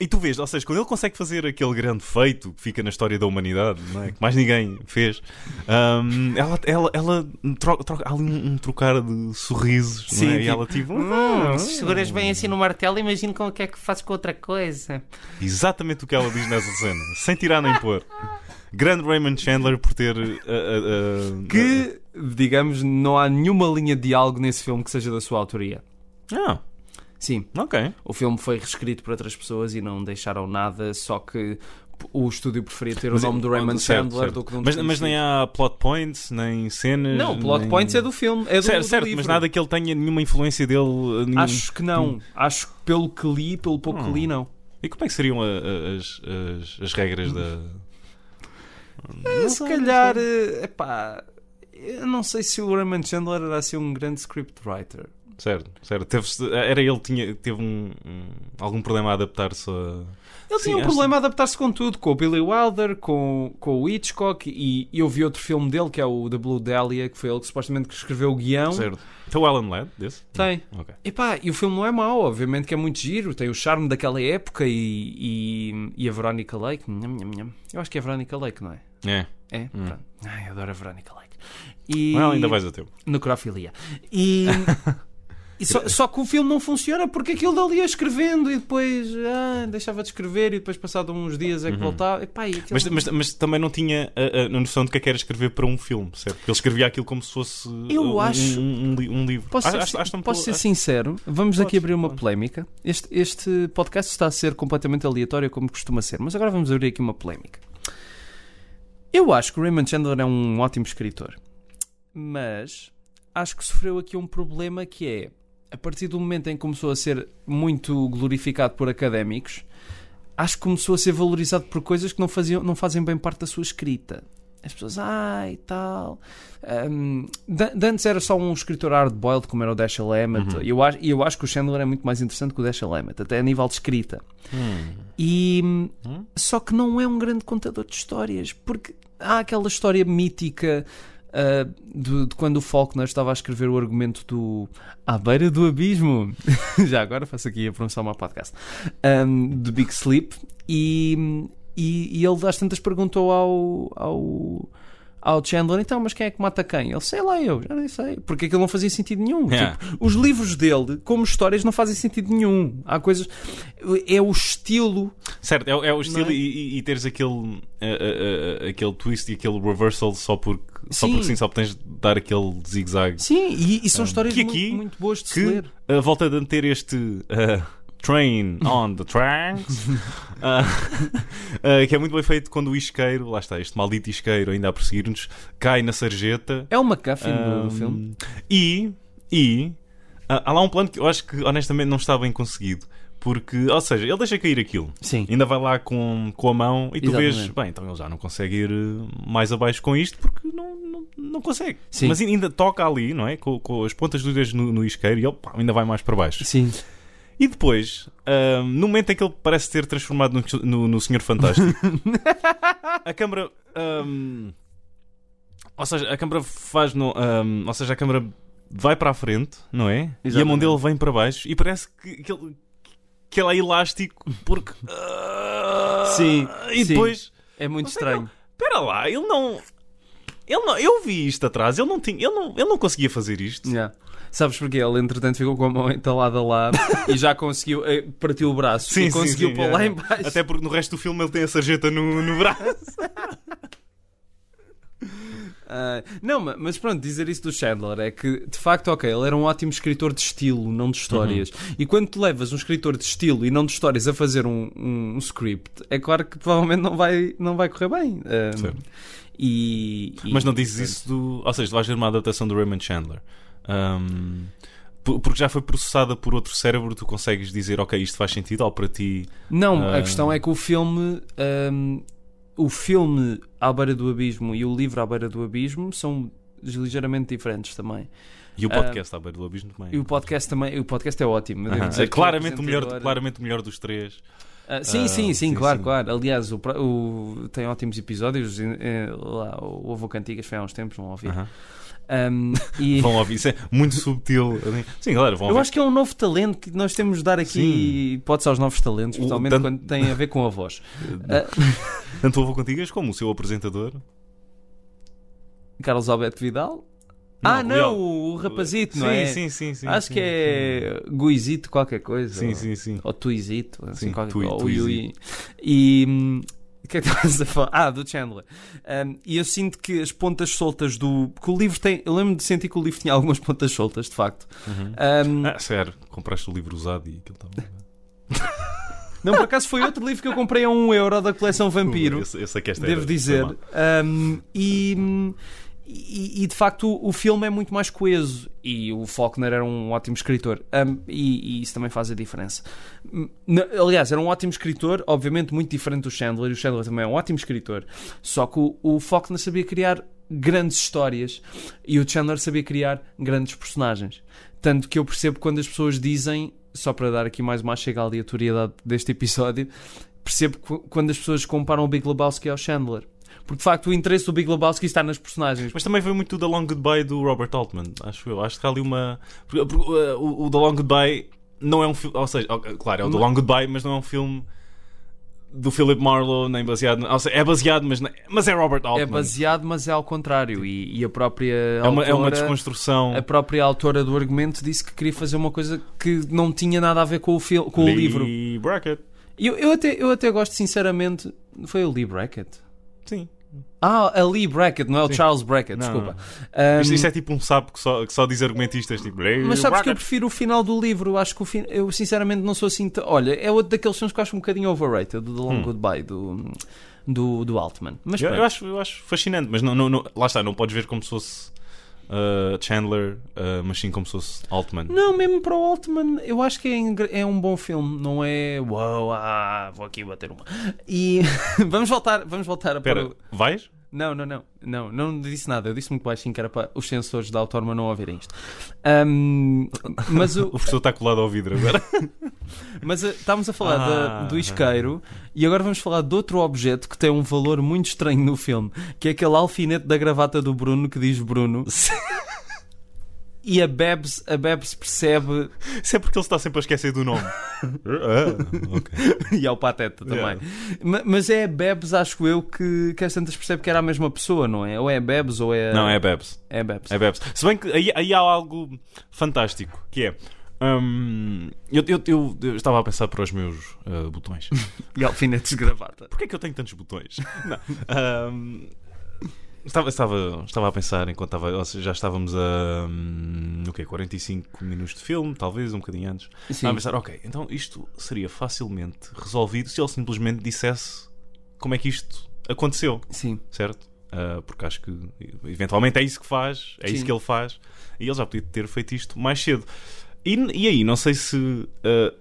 e tu vês, ou seja, quando ele consegue fazer aquele grande feito que fica na história da humanidade, não é? que mais ninguém fez, ahm, ela, ela, ela troca, troca- há ali um, um trocar de sorrisos não Sim, é? e tipo, ela tipo. Hum, se seguras bem assim no martelo, imagino com o que é que fazes com outra coisa. Exatamente o que ela diz nessa cena, sem tirar nem pôr. Grande Raymond Chandler por ter. ah, ah, ah, Que, digamos, não há nenhuma linha de diálogo nesse filme que seja da sua autoria. Ah, Sim, ok. o filme foi reescrito por outras pessoas e não deixaram nada, só que p- o estúdio preferia ter o nome do Raymond é Certo, Chandler certo. do que de um mas, mas nem desconhecido. há plot points, nem cenas. Não, o plot nem- points é do filme, é do, Certo, do certo, livro. mas nada que ele tenha nenhuma influência dele. ah, Nenhum... Acho que não. Acho que pelo que li, pelo pouco que li, não. E como é que seriam a- a- as, as, as regras da. se calhar, eh, epá, eu não sei se o Raymond Chandler era assim um grande scriptwriter. Certo, certo. Teve, era ele que tinha, teve um, um- algum problema a adaptar-se a. Ele Sim, é assim. tinha um acho- problema a adaptar-se com tudo, com o Billy Wilder, com, com o Hitchcock, e eu vi outro filme dele, que é o The Blue Dahlia, que foi ele que supostamente que escreveu o guião. Certo. Então o Alan Ladd, desse? Tem. Ok. Epá, e o filme não é mau, obviamente que é muito giro, tem o charme daquela época e, e, e a Veronica Lake. nham, nham, nham. Eu acho que é a Veronica Lake, não é? É. É? Pronto. Ai, eu adoro a Veronica Lake. E... Não, ainda vais a tempo. Necrofilia. E. [laughs] e só, só que o filme não funciona porque aquilo dali ia escrevendo e depois ah, deixava de escrever e depois, passado uns dias, é que voltava. Epá, e aquilo- Uhum. Mas, mas, mas também não tinha a, a noção do que é que era escrever para um filme, certo? Porque ele escrevia aquilo como se fosse Eu um, acho- um, um li- um livro. Posso, Acho- ser, acho- acho tão- posso ser acho- sincero? Vamos Podes, aqui abrir uma podes. polémica. Este, este podcast está a ser completamente aleatório, como costuma ser, mas agora vamos abrir aqui uma polémica. Eu acho que o Raymond Chandler é um ótimo escritor, mas acho que sofreu aqui um problema que é a partir do momento em que começou a ser muito glorificado por académicos, acho que começou a ser valorizado por coisas que não, faziam, não fazem bem parte da sua escrita. As pessoas, ai e tal. Ahm, da- de antes era só um escritor hard-boiled, como era o Dashiell Hammett. E eu, acho- e eu acho que o Chandler é muito mais interessante que o Dashiell Hammett, até a nível de escrita. E hum, só que não é um grande contador de histórias, porque há aquela história mítica ah, de, de quando o Faulkner estava a escrever o argumento do À beira do abismo. [laughs] Já agora faço aqui a promoção ao meu podcast. Ahm, de Big hum, Sleep. E, e, e ele às tantas perguntou ao, ao, ao Chandler, então, mas quem é que mata quem? Ele, sei lá, eu já nem sei. Porque aquilo não fazia sentido nenhum. Yeah. Tipo, os livros dele, como histórias, não fazem sentido nenhum. Há coisas. É o estilo. Certo, é, o- é o estilo Não é? E, e- e teres aquele, eh, eh, eh, aquele twist e aquele reversal só porque só, Sim. porque, sim, só porque tens de dar aquele zigue-zague. Sim, e, e são histórias que mu- aqui- muito, boas de se Que ler. eh, volta a ter este eh, train on the tracks, [laughs] ah, eh, que é muito bem feito quando o isqueiro, lá está, este maldito isqueiro ainda a perseguir-nos, cai na sarjeta É o McCuffin do- do Ahm, filme. E, e ah, há lá um plano que eu acho que honestamente não está bem conseguido. Porque, ou seja, ele deixa cair aquilo. Sim. Ainda vai lá com, com a mão e tu Exatamente. vês, bem, então ele já não consegue ir eh, mais abaixo com isto porque não, não, não consegue. Sim. Mas ainda toca ali, não é? Com, com as pontas dos dedos no, no isqueiro e ele pá, ainda vai mais para baixo. Sim. E depois, ahm, no momento em que ele parece ter transformado no, no, no Senhor [laughs] Fantástico, a câmara. ahm, ou seja, a câmara faz. No, ahm, ou seja, a câmara vai para a frente, não é? E a mão Exatamente. dele vem para baixo e parece que, que, ele, que ele é elástico porque. ah, Sim, E sim. depois. É muito Mas é que ele- estranho. Espera lá, ele não. Ele não, eu vi isto atrás, ele não, tinha, ele, não, ele não conseguia fazer isto. Yeah. Sabes porquê? Ele, entretanto, ficou com a mão entalada [laughs] lá e já conseguiu. eh, Partiu o braço e conseguiu pôr é. lá em baixo. Até porque no resto do filme ele tem a sarjeta no, no braço. Ah, não, ma- mas pronto, dizer isso do Chandler é que, de facto, ok, ele era um ótimo escritor de estilo, não de histórias. E quando te levas um escritor de estilo e não de histórias a fazer um, um- um script, é claro que provavelmente não vai, não vai correr bem. Ah, Certo. e, e- Mas não dizes isso do. Ou seja, tu vais ver uma adaptação do Raymond Chandler. Ahm, po- porque já foi processada por outro cérebro, tu consegues dizer, ok, isto faz sentido, ou para ti. Não, Ah. a questão é que o filme. ahm, o filme À Beira do Abismo e o livro À Beira do Abismo são ligeiramente diferentes também. E o Ah, podcast está a do abismo também. E o podcast também. O podcast é ótimo. eu devo Aham. dizer É que claramente, o melhor, apresentador- claramente o melhor dos três. Ah, Ah, sim, sim, sim, sim, claro, sim. claro. Aliás, o, pro- o- tem ótimos episódios. eh, lá, o Ovo Cantigas foi há uns tempos, vão ouvir. Aham. Ahm, e [laughs] Vão ouvir, isso é muito subtil. Sim, galera, vão eu ouvir. acho que é um novo talento que nós temos de dar aqui hipótese aos novos talentos, O principalmente tanto- quando tem a ver com a voz. Tanto o Ovo Contigas como o seu apresentador. Carlos Alberto Vidal. ah, Não, não, Leal. o rapazito, sim, não é? Sim, sim, sim. acho sim, que é Guizito qualquer coisa. Sim, ou- sim, sim. Ou Tuizito, assim, Sim, qualquer Tui- coisa. Ou Tuizito. Yui. E. hum, O que é que estavas a falar? Ah, do Chandler. Hum, e eu sinto que as pontas soltas do. que o livro tem. Eu lembro de sentir que o livro tinha algumas pontas soltas, de facto. Hum, Ah, sério, compraste o livro usado e aquilo tá estava. Não, por acaso foi outro livro que eu comprei a 1 euro da coleção Vampiro. Eu, sei- eu sei que esta é devo era- dizer. foi mal. Um, e, e, e, de facto o filme é muito mais coeso e o Faulkner era um ótimo escritor Um, e, e isso também faz a diferença. Hum, na- Aliás, era um ótimo escritor, obviamente muito diferente do Chandler, e o Chandler também é um ótimo escritor, só que o, o Faulkner sabia criar grandes histórias e o Chandler sabia criar grandes personagens. Tanto que eu percebo quando as pessoas dizem, só para dar aqui mais uma chega à aleatoriedade deste episódio, percebo qu- quando as pessoas comparam o Big Lebowski ao Chandler. Porque de facto o interesse do Big Lebowski está nas personagens. Mas também foi muito do The Long Goodbye do Robert Altman, acho eu. Acho que há ali uma. porque- porque, uh, o, o The Long Goodbye não é um filme. Ou seja, ok, claro, é o The Long Goodbye, mas não é um filme do Philip Marlowe, nem baseado. Ou seja, é baseado, mas, não- mas é Robert Altman. É baseado, mas é ao contrário. E, e a própria É uma, autora, é uma desconstrução. a própria autora do argumento disse que queria fazer uma coisa que não tinha nada a ver com o, fil- com o Lee livro. Brackett. E Eu, eu, até, eu até gosto, sinceramente. Foi o Lee Brackett? Sim. Ah, a Lee Brackett, não é o Charles Brackett, Não, desculpa. Isto, Um, isto é tipo um sapo que só, que só diz argumentistas tipo. Lee Mas sabes que Brackett. eu prefiro o final do livro. Acho que o fin... eu sinceramente não sou assim. t- Olha, é outro daqueles filmes que eu acho um bocadinho overrated, do The Long Goodbye, do, do, do Altman. Mas Hum. Eu, pronto. eu acho, eu acho fascinante, mas não, não- não- lá está, não podes ver como se fosse uh, Chandler, uh, mas sim como se fosse Altman. Não, mesmo para o Altman, eu acho que é, engr- é um bom filme, não é? Uau, ah, vou aqui bater uma. E [laughs] vamos voltar, vamos voltar a Espera, pôr o- vais? Não, não, não, não, não disse nada. Eu disse muito baixinho que era para os sensores da Autorma não ouvirem isto. Ahm, mas o, O professor está colado ao vidro agora. [laughs] Mas eh, estávamos a falar da- Ah. do isqueiro e agora vamos falar de outro objeto que tem um valor muito [laughs] estranho no filme, que é aquele alfinete da gravata do Bruno que diz Bruno. E a Bebs, a Bebs percebe [laughs] Sempre que é ele está sempre a esquecer do nome. [laughs] Ah, ok. e ao Pateta também. Yeah. Ma- Mas é a Bebs, acho eu, que, que a Santas percebe que era a mesma pessoa, não é? Ou é a Bebs ou é. Não, é Bebs. É a Bebs. É Bebs. Se bem que aí, aí há algo fantástico, que é... hum, eu, eu- eu- eu estava a pensar para os meus ah, [laughs] botões. E alfinetes de gravata. Porquê é que eu tenho tantos botões? [laughs] Não. Ahm, estava, estava, estava a pensar enquanto estava. ou seja, já estávamos a. hum, o quê? 45 minutos de filme, talvez, um bocadinho antes. Ah, Estava a pensar, ok, então isto seria facilmente resolvido se ele simplesmente dissesse como é que isto aconteceu, Sim. certo? Ah, porque acho que eventualmente é isso que faz, é Sim. isso que ele faz, e ele já podia ter feito isto mais cedo. E, e aí, não sei se ah,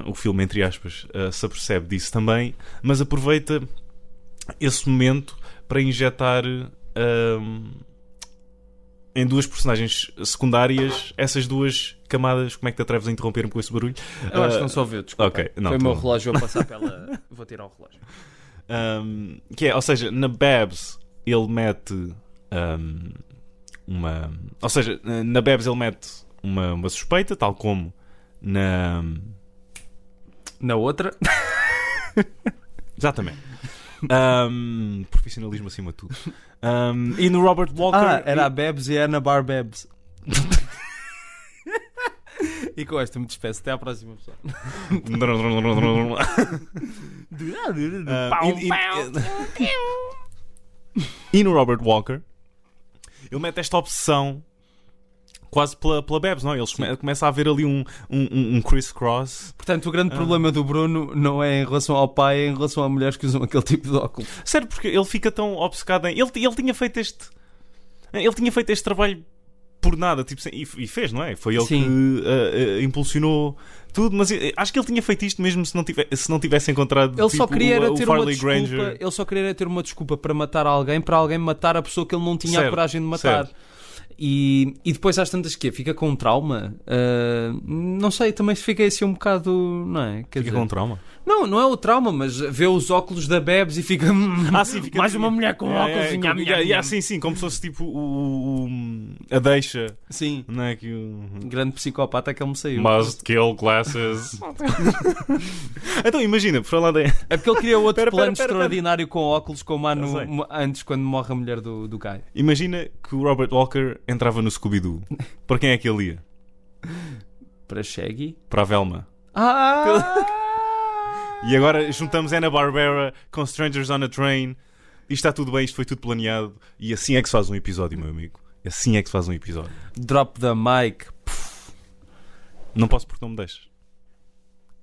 ah, [laughs] o filme, entre aspas, ah, se apercebe disso também, mas aproveita esse momento para injetar ahm, em duas personagens secundárias essas duas camadas. Como é que te atreves a interromper-me com esse barulho? Eu acho Ah, que não só ouviu, desculpa. Ok, não. Foi o tá meu bom. relógio [laughs] a passar pela. Vou tirar o relógio. Um, que é, ou seja, na Babs ele mete um, uma. Ou seja, na Babs ele mete uma, uma suspeita, tal como na. Na outra. Exatamente. Um, profissionalismo acima de tudo. Um, e no Robert Walker. Ah, era a Bebs e a Ana Bar Bebs. [laughs] e com esta me despeço. Até à próxima, pessoal. Ah, e- e- [laughs] e no Robert Walker, ele mete esta obsessão quase pela, pela Babs, não? é? Eles come, começa a haver ali um, um- um, um criss-cross. Portanto, o grande problema do Bruno não é em relação ao pai, é em relação a mulheres que usam aquele tipo de óculos. Sério, porque ele fica tão obcecado em. Ele, ele tinha feito este. Ele tinha feito este trabalho por nada, tipo, sem- e, e fez, não é? Foi ele Sim. que ah, ah, impulsionou tudo, mas eh, acho que ele tinha feito isto mesmo se não tivesse, se não tivesse encontrado Ele só tipo, queria era o, o ter uma Farley desculpa. Granger. Ele só queria era ter uma desculpa para matar alguém, para alguém matar a pessoa que ele não tinha a Certo, coragem de matar. E, e depois às tantas que fica com um trauma. Ah, não sei, também fica assim um bocado, não é? Fica Quer dizer, com um trauma. Não, não é o trauma, mas vê os óculos da Bebs e fica hum, Ah, sim, fica Mais uma mulher com Yeah, óculos. yeah, como- nham, É, nham, yeah, yeah, nham. sim, sim, como se fosse tipo o, o- o- a deixa, Sim, não é? Que o... grande psicopata que ele me saiu. kill glasses. então imagina, por falar da. É porque ele queria [laughs] Pera, outro pera, plano pera, pera. extraordinário com óculos, como há no- Eu sei. mo- antes, quando morre a mulher do, do Guy. Imagina que o Robert Walker entrava no Scooby-Doo. Para quem é que ele ia? Para Shaggy. Para a Velma. Ah! E agora juntamos Anna-Barbera com Strangers on a Train. Isto está tudo bem, isto foi tudo planeado. E assim é que se faz um episódio, meu amigo. Assim é que se faz um episódio. [laughs] Drop the mic. Não posso porque não me deixas.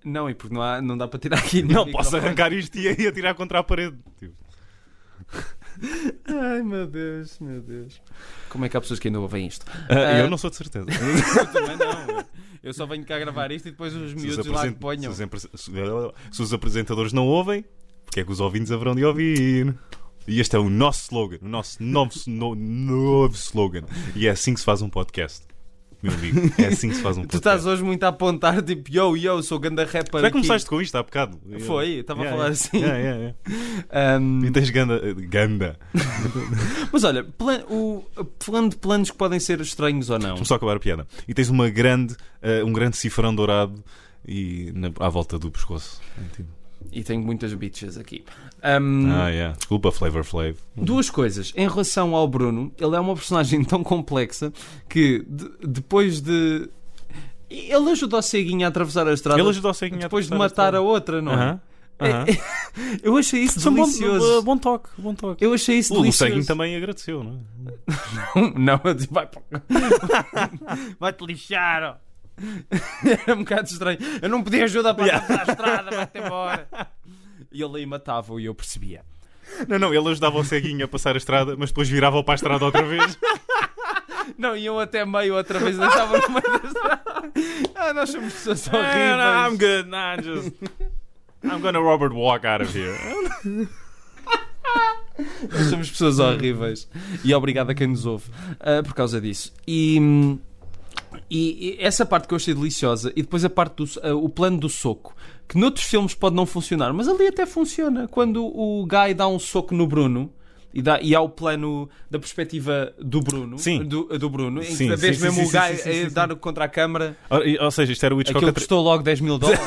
Não, e porque não, há- não dá para tirar aqui. Não do posso microfone. arrancar isto e e atirar contra a parede. Tipo, Ai meu Deus, meu Deus. Como é que há pessoas que ainda ouvem isto? ah, Ah. eu não sou de [laughs] certeza. Eu [laughs] também não. Eu só venho cá gravar isto e depois os Se os, miúdos lá que apresen- ponham. se os empre- se- se os apresentadores não ouvem, porque é que os ouvintes haverão de ouvir? E este é o nosso slogan, o nosso novo, no- novo slogan. E é assim que se faz um podcast, meu amigo. É assim que se faz um [laughs] Tu podcast. estás hoje muito a apontar, tipo, yo, yo, sou ganda rapper. Já aqui. começaste com isto há bocado? Foi, eu estava a falar assim. Yeah, yeah, yeah. Ahm, E tens ganda. eh, ganda. mas olha, plan- o- falando de planos que podem ser estranhos ou não. Vamos só acabar a piada. E tens uma grande, eh, um grande cifrão dourado e na- à volta do pescoço. É tipo, E tenho muitas bitches aqui. Ahm, Ah, yeah. Desculpa, Flavor Flav. Duas coisas. Em relação ao Bruno, ele é uma personagem [laughs] tão complexa que de- depois de. Ele ajuda o ceguinho a atravessar a estrada Ele ajudou a ceguinha a depois de atravessar matar a, estrada. outra, não é? Aham, aham. Eu achei isso São bom, delicioso. bom toque, bom toque. Eu achei isso O Luceguinho [laughs] delicioso. também agradeceu, não é? não, eu disse, [laughs] vai, para- Vai-te lixar. ó. era um bocado estranho. Eu não podia ajudar para Vai à estrada, vai-te embora. [laughs] E ele aí matava e eu percebia. Não, não, ele ajudava o ceguinho a passar a estrada, mas depois virava para a estrada outra [laughs] vez. Não, iam até meio outra vez, deixava no meio da estrada. [laughs] Ah, nós [laughs] É, somos pessoas I'm horríveis. good, no, I'm just. I'm gonna Robert walk out of here. Nós somos pessoas horríveis. E obrigado a quem nos ouve ah, por causa disso. E, e- e essa parte que eu achei deliciosa, e depois a parte do ah, o plano do soco, que noutros filmes pode não funcionar, mas ali até funciona. Quando o Guy dá um soco no Bruno, E, dá, e há o plano da perspectiva do Bruno. Sim. Do, do Bruno. Em Sim, que vês sim, mesmo sim, o sim, gajo sim, sim, sim, a sim. é dar contra a câmara. Ou, e- ou seja, isto era o Hitchcock, Aquilo a tre- custou logo 10 [laughs] mil dólares.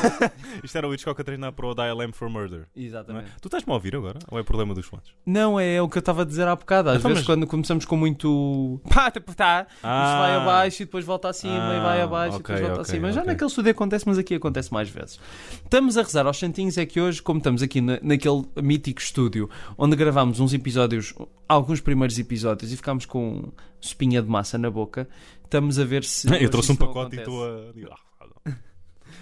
isto era o Hitchcock a treinar para o Dial M for Murder. Não, é? Exatamente. Tu estás-me a ouvir agora? Ou é problema dos fones? Não, é, o que eu estava a dizer há bocado. Às Então, mas- vezes quando começamos com muito... Pá, tá, tá, Isto vai abaixo e depois volta acima Ah, e vai abaixo ok, e depois volta ok, acima. Já ok. naquele estudo acontece, mas aqui acontece mais vezes. Estamos a rezar aos santinhos é que hoje, como estamos aqui na- naquele mítico estúdio onde gravámos uns episódios, alguns primeiros episódios e ficámos com espinha de massa na boca, estamos a ver se. [laughs] hoje Eu trouxe um isso não pacote e acontece. estou a. digo, ah, ah, não.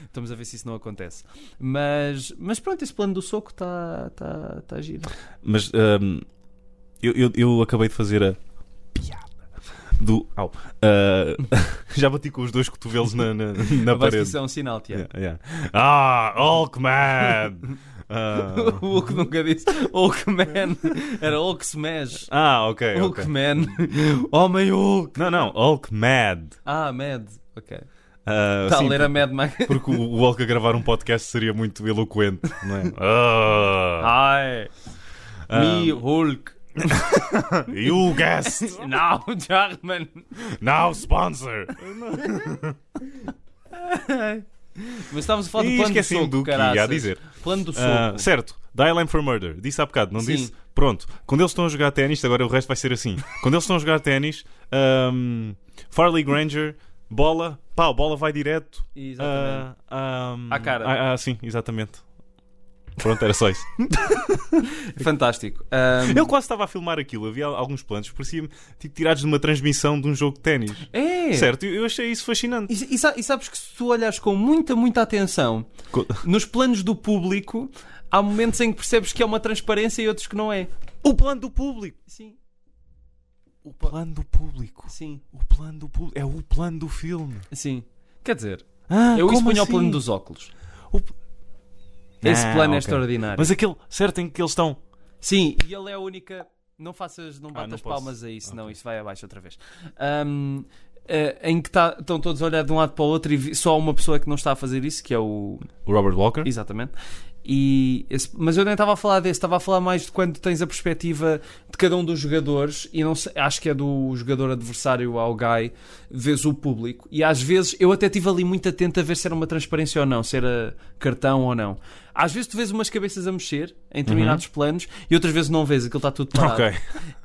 Estamos a ver se isso não acontece. Mas, mas pronto, esse plano do soco está tá, tá giro. Mas hum, eu, eu, eu acabei de fazer a piada do. Au. Ah, [laughs] já bati com os dois cotovelos na, na, na Abaixo parede. disso é um sinal, Tiago. Yeah, yeah. Ah, [laughs] Hulkman! Ah, O Hulk nunca disse Hulkman. Era Hulk Smash. ah, ok. ok. Hulkman. [laughs] Homem Hulk. Não, não, Hulk Mad. Ah, Mad. Ok. Ah, Está a sim, ler a Mad Max. Porque o o Hulk a gravar um podcast seria muito eloquente, [laughs] não é? Ah, Ai. ah, Me Hulk. you guest! Não, [laughs] Jarman. Now [laughs] sponsor! Mas estávamos a falar do Ih, plano do esqueci-me soco, do que ia caraças. dizer. Plano do soco. Ah, certo, Dial M for Murder. Disse há bocado, não Sim. disse? Pronto, quando eles estão a jogar ténis, agora o resto vai ser assim. Quando eles estão a jogar ténis, ahm, Farley Granger, bola, pá, a bola vai direto Exatamente. Ah, ahm, À cara. Ah, ah, sim, exatamente. Pronto, era [laughs] só isso. Fantástico. Ahm, Ele quase estava a filmar aquilo, havia alguns planos, parecia tipo tirados de uma transmissão de um jogo de ténis. É. Certo, eu eu achei isso fascinante. E, e sa- e sabes que se tu olhares com muita, muita atenção Co- [laughs] nos planos do público, há momentos em que percebes que é uma transparência e outros que não é. O plano do público. Sim, O plano do público. sim, O plano do público. É o plano do filme. sim. Quer dizer, Ah, eu isso como ponho ao assim? plano dos óculos. O p- Esse Ah, plano ok. é extraordinário. Mas aquele, certo, em que eles estão. Sim, e ele é a única. Não faças, não batas não posso. palmas a isso, não, isso vai abaixo outra vez. Ahm, eh, em que tá- estão todos a olhar de um lado para o outro e vi- só há uma pessoa que não está a fazer isso, que é o. O Robert Walker? Exatamente. E esse- mas eu nem estava a falar desse, estava a falar mais de quando tens a perspectiva de cada um dos jogadores, e não sei- acho que é do jogador adversário ao guy, vês o público, e às vezes eu até estive ali muito atento a ver se era uma transparência ou não, se era cartão ou não. Às vezes tu vês umas cabeças a mexer em determinados planos e outras vezes não vês, aquilo está tudo parado. Uhum. Ok.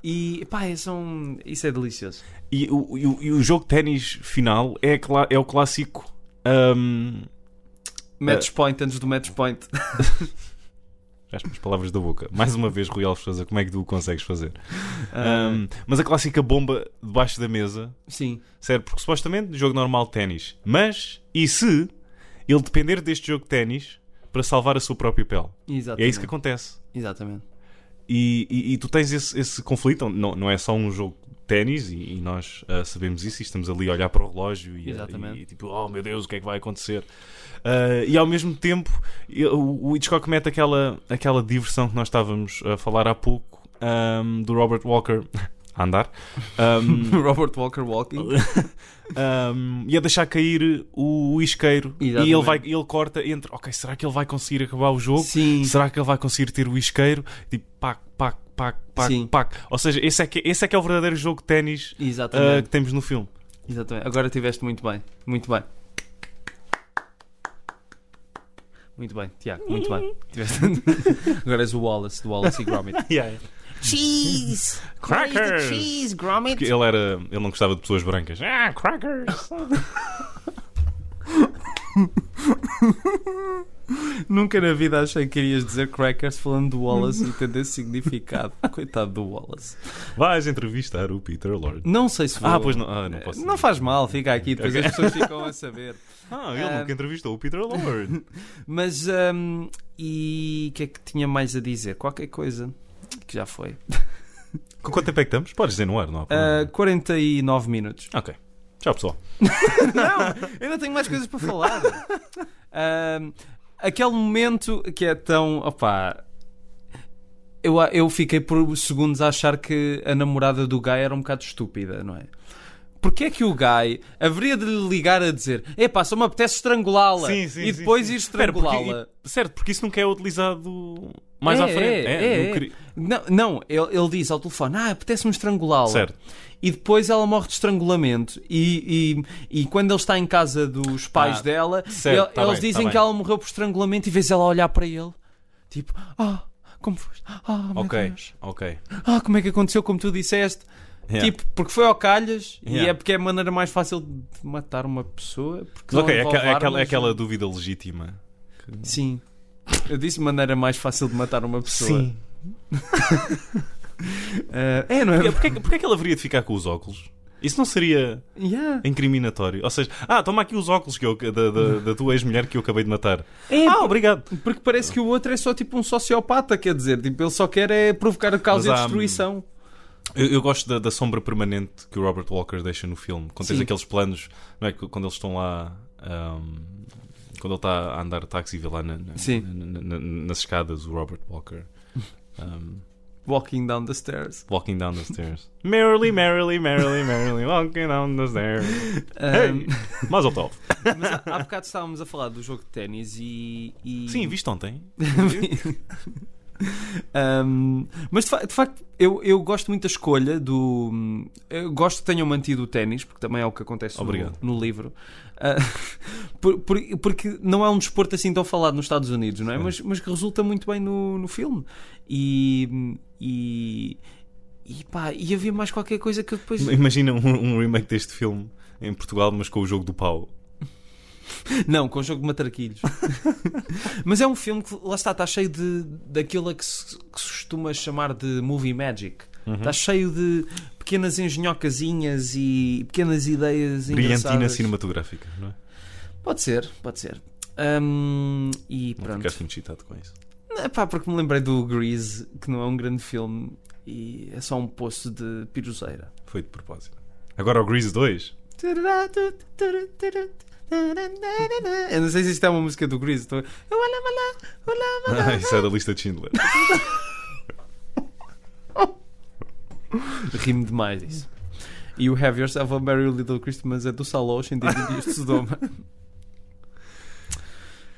E pá, é só um- isso é delicioso. E o, e o- e o jogo de ténis final é, cla- é o clássico. ahm, Match É. point antes do match [laughs] point. Já as minhas palavras da boca. [laughs] Mais uma vez, Rui Alves Sousa, como é que tu o consegues fazer? Ahm, mas a clássica bomba debaixo da mesa Sim, Certo, porque supostamente jogo normal de ténis. Mas, e se ele depender deste jogo de ténis para salvar a sua própria pele? exatamente. É isso que acontece. [laughs] Exatamente. E, e- e tu tens esse, esse conflito, não, não é só um jogo de ténis, e, e nós ah, sabemos isso, e estamos ali a olhar para o relógio e, Exatamente. e, tipo, oh meu Deus, o que é que vai acontecer? Ah, e ao mesmo tempo, eu- o Hitchcock mete aquela, aquela diversão que nós estávamos a falar há pouco ahm, do Robert Walker [laughs] a andar. [laughs] Ahm, Robert Walker Walking. um, e a deixar cair o, o isqueiro Exatamente. e ele vai ele corta entre ok será que ele vai conseguir acabar o jogo Sim. será que ele vai conseguir ter o isqueiro tipo pac pac pac pac Sim. pac ou seja esse é que esse é que é o verdadeiro jogo de ténis ah, Exatamente, que temos no filme exatamente. Agora tiveste muito bem. Muito bem. Muito bem, Tiago, muito [laughs] bem. Tiveste... Agora és o Wallace, do Wallace e Gromit. [laughs] Cheese! Where's the Crackers! Cheese, Gromit! porque ele era ele não gostava de pessoas brancas ah crackers [laughs] Nunca na vida achei que querias dizer crackers falando do Wallace e tendo esse [laughs] significado. Coitado do Wallace. vais entrevistar o Peter Lord Não sei se vou... ah pois não ah, não posso Não faz mal, fica [laughs] aqui, depois Ok. as pessoas ficam a saber. ah ele Ah. nunca entrevistou o Peter Lord Mas, hum, e o que é que tinha mais a dizer? Qualquer coisa que já foi. [laughs] com quanto tempo é que estamos podes dizer no ar não há Ah, problema. 49 minutos. ok tchau pessoal Eu ainda tenho mais coisas para falar. Ahm, aquele momento que é tão. Opá. Eu, a- eu fiquei por segundos a achar que a namorada do Guy era um bocado estúpida, não é? Porquê é que o Guy haveria de lhe ligar a dizer Epá, só me apetece estrangulá-la Sim, sim, e sim, depois sim. ir Espera, porque- estrangulá-la? Certo, porque isso nunca é utilizado Mais É, à frente. é, É, é, não é. queria- Não, não ele, ele diz ao telefone: Ah, apetece-me estrangulá-la. Certo. E depois ela morre de estrangulamento. E, e, e quando ele está em casa dos pais Ah, dela, certo, ele- tá bem, eles tá dizem bem. que ela morreu por estrangulamento e vês ela olhar para ele, tipo: Ah, como foste? Ah, meu Ok, Deus. ok. Ah, como é que aconteceu, como tu disseste? Yeah. Tipo, porque foi ao calhas e Yeah. é porque é a maneira mais fácil de matar uma pessoa. Mas Porque não ok, é, envolve aquela- é aquela, é armas. aquela dúvida legítima. Sim. Eu disse maneira mais fácil de matar uma pessoa. [laughs] Ah, é, não é? Porquê, porquê- porquê é que ele haveria de ficar com os óculos? Isso não seria Yeah. incriminatório? Ou seja, ah, toma aqui os óculos que eu- da, da- da tua ex-mulher que eu acabei de matar. É, Ah, obrigado. Porque parece que o outro é só tipo um sociopata, quer dizer, tipo, ele só quer é provocar a causa e Mas a há- destruição. Eu, eu gosto da, da sombra permanente que o Robert Walker deixa no filme. Quando tens Sim. aqueles planos, não é? que Quando eles estão lá. ahm, quando ele está a andar de táxi e vê lá na- na- Sim. na- na- na- nas escadas o Robert Walker. ahm, Walking down the stairs. walking down the stairs. Merrily, merrily, merrily, merrily, walking down the stairs. Hey, Ah, Mazel tov. Eh, mas há, há bocado estávamos a falar do jogo de ténis e, e- Sim, viste ontem? [laughs] Um, mas de, fa- de facto, eu, eu gosto muito da escolha do. Eu gosto que tenham mantido o ténis, porque também é o que acontece no- Obrigado. No, livro. Ah, [laughs] por- por- porque não é um desporto assim tão falado nos Estados Unidos, não é? Mas, mas que resulta muito bem no, no filme. E. e e pá, e havia mais qualquer coisa que eu depois. Imagina um, um remake deste filme em Portugal, mas com o jogo do pau. Não, com o jogo [laughs] de matarquilhos. Mas é um filme que, lá está, está cheio de, daquilo a que se, que se costuma chamar de movie magic. Uhum. Está cheio de pequenas engenhocazinhas e pequenas ideias Brilhantina engraçadas. cinematográfica, não é? Pode ser, pode ser. Hum, e Não assim. pronto. ficaste muito excitado com isso. É pá, porque me lembrei do Grease, que não é um grande filme e é só um poço de piruzeira. Foi de propósito. Agora o Grease 2. Eu não sei se isto é uma música do Grease. Estou... Ah, [laughs] isso é da lista de Schindler. Rimo demais disso. E o Have Yourself a Merry Little Christmas é do Salou, entendido dias de [laughs] Sodoma.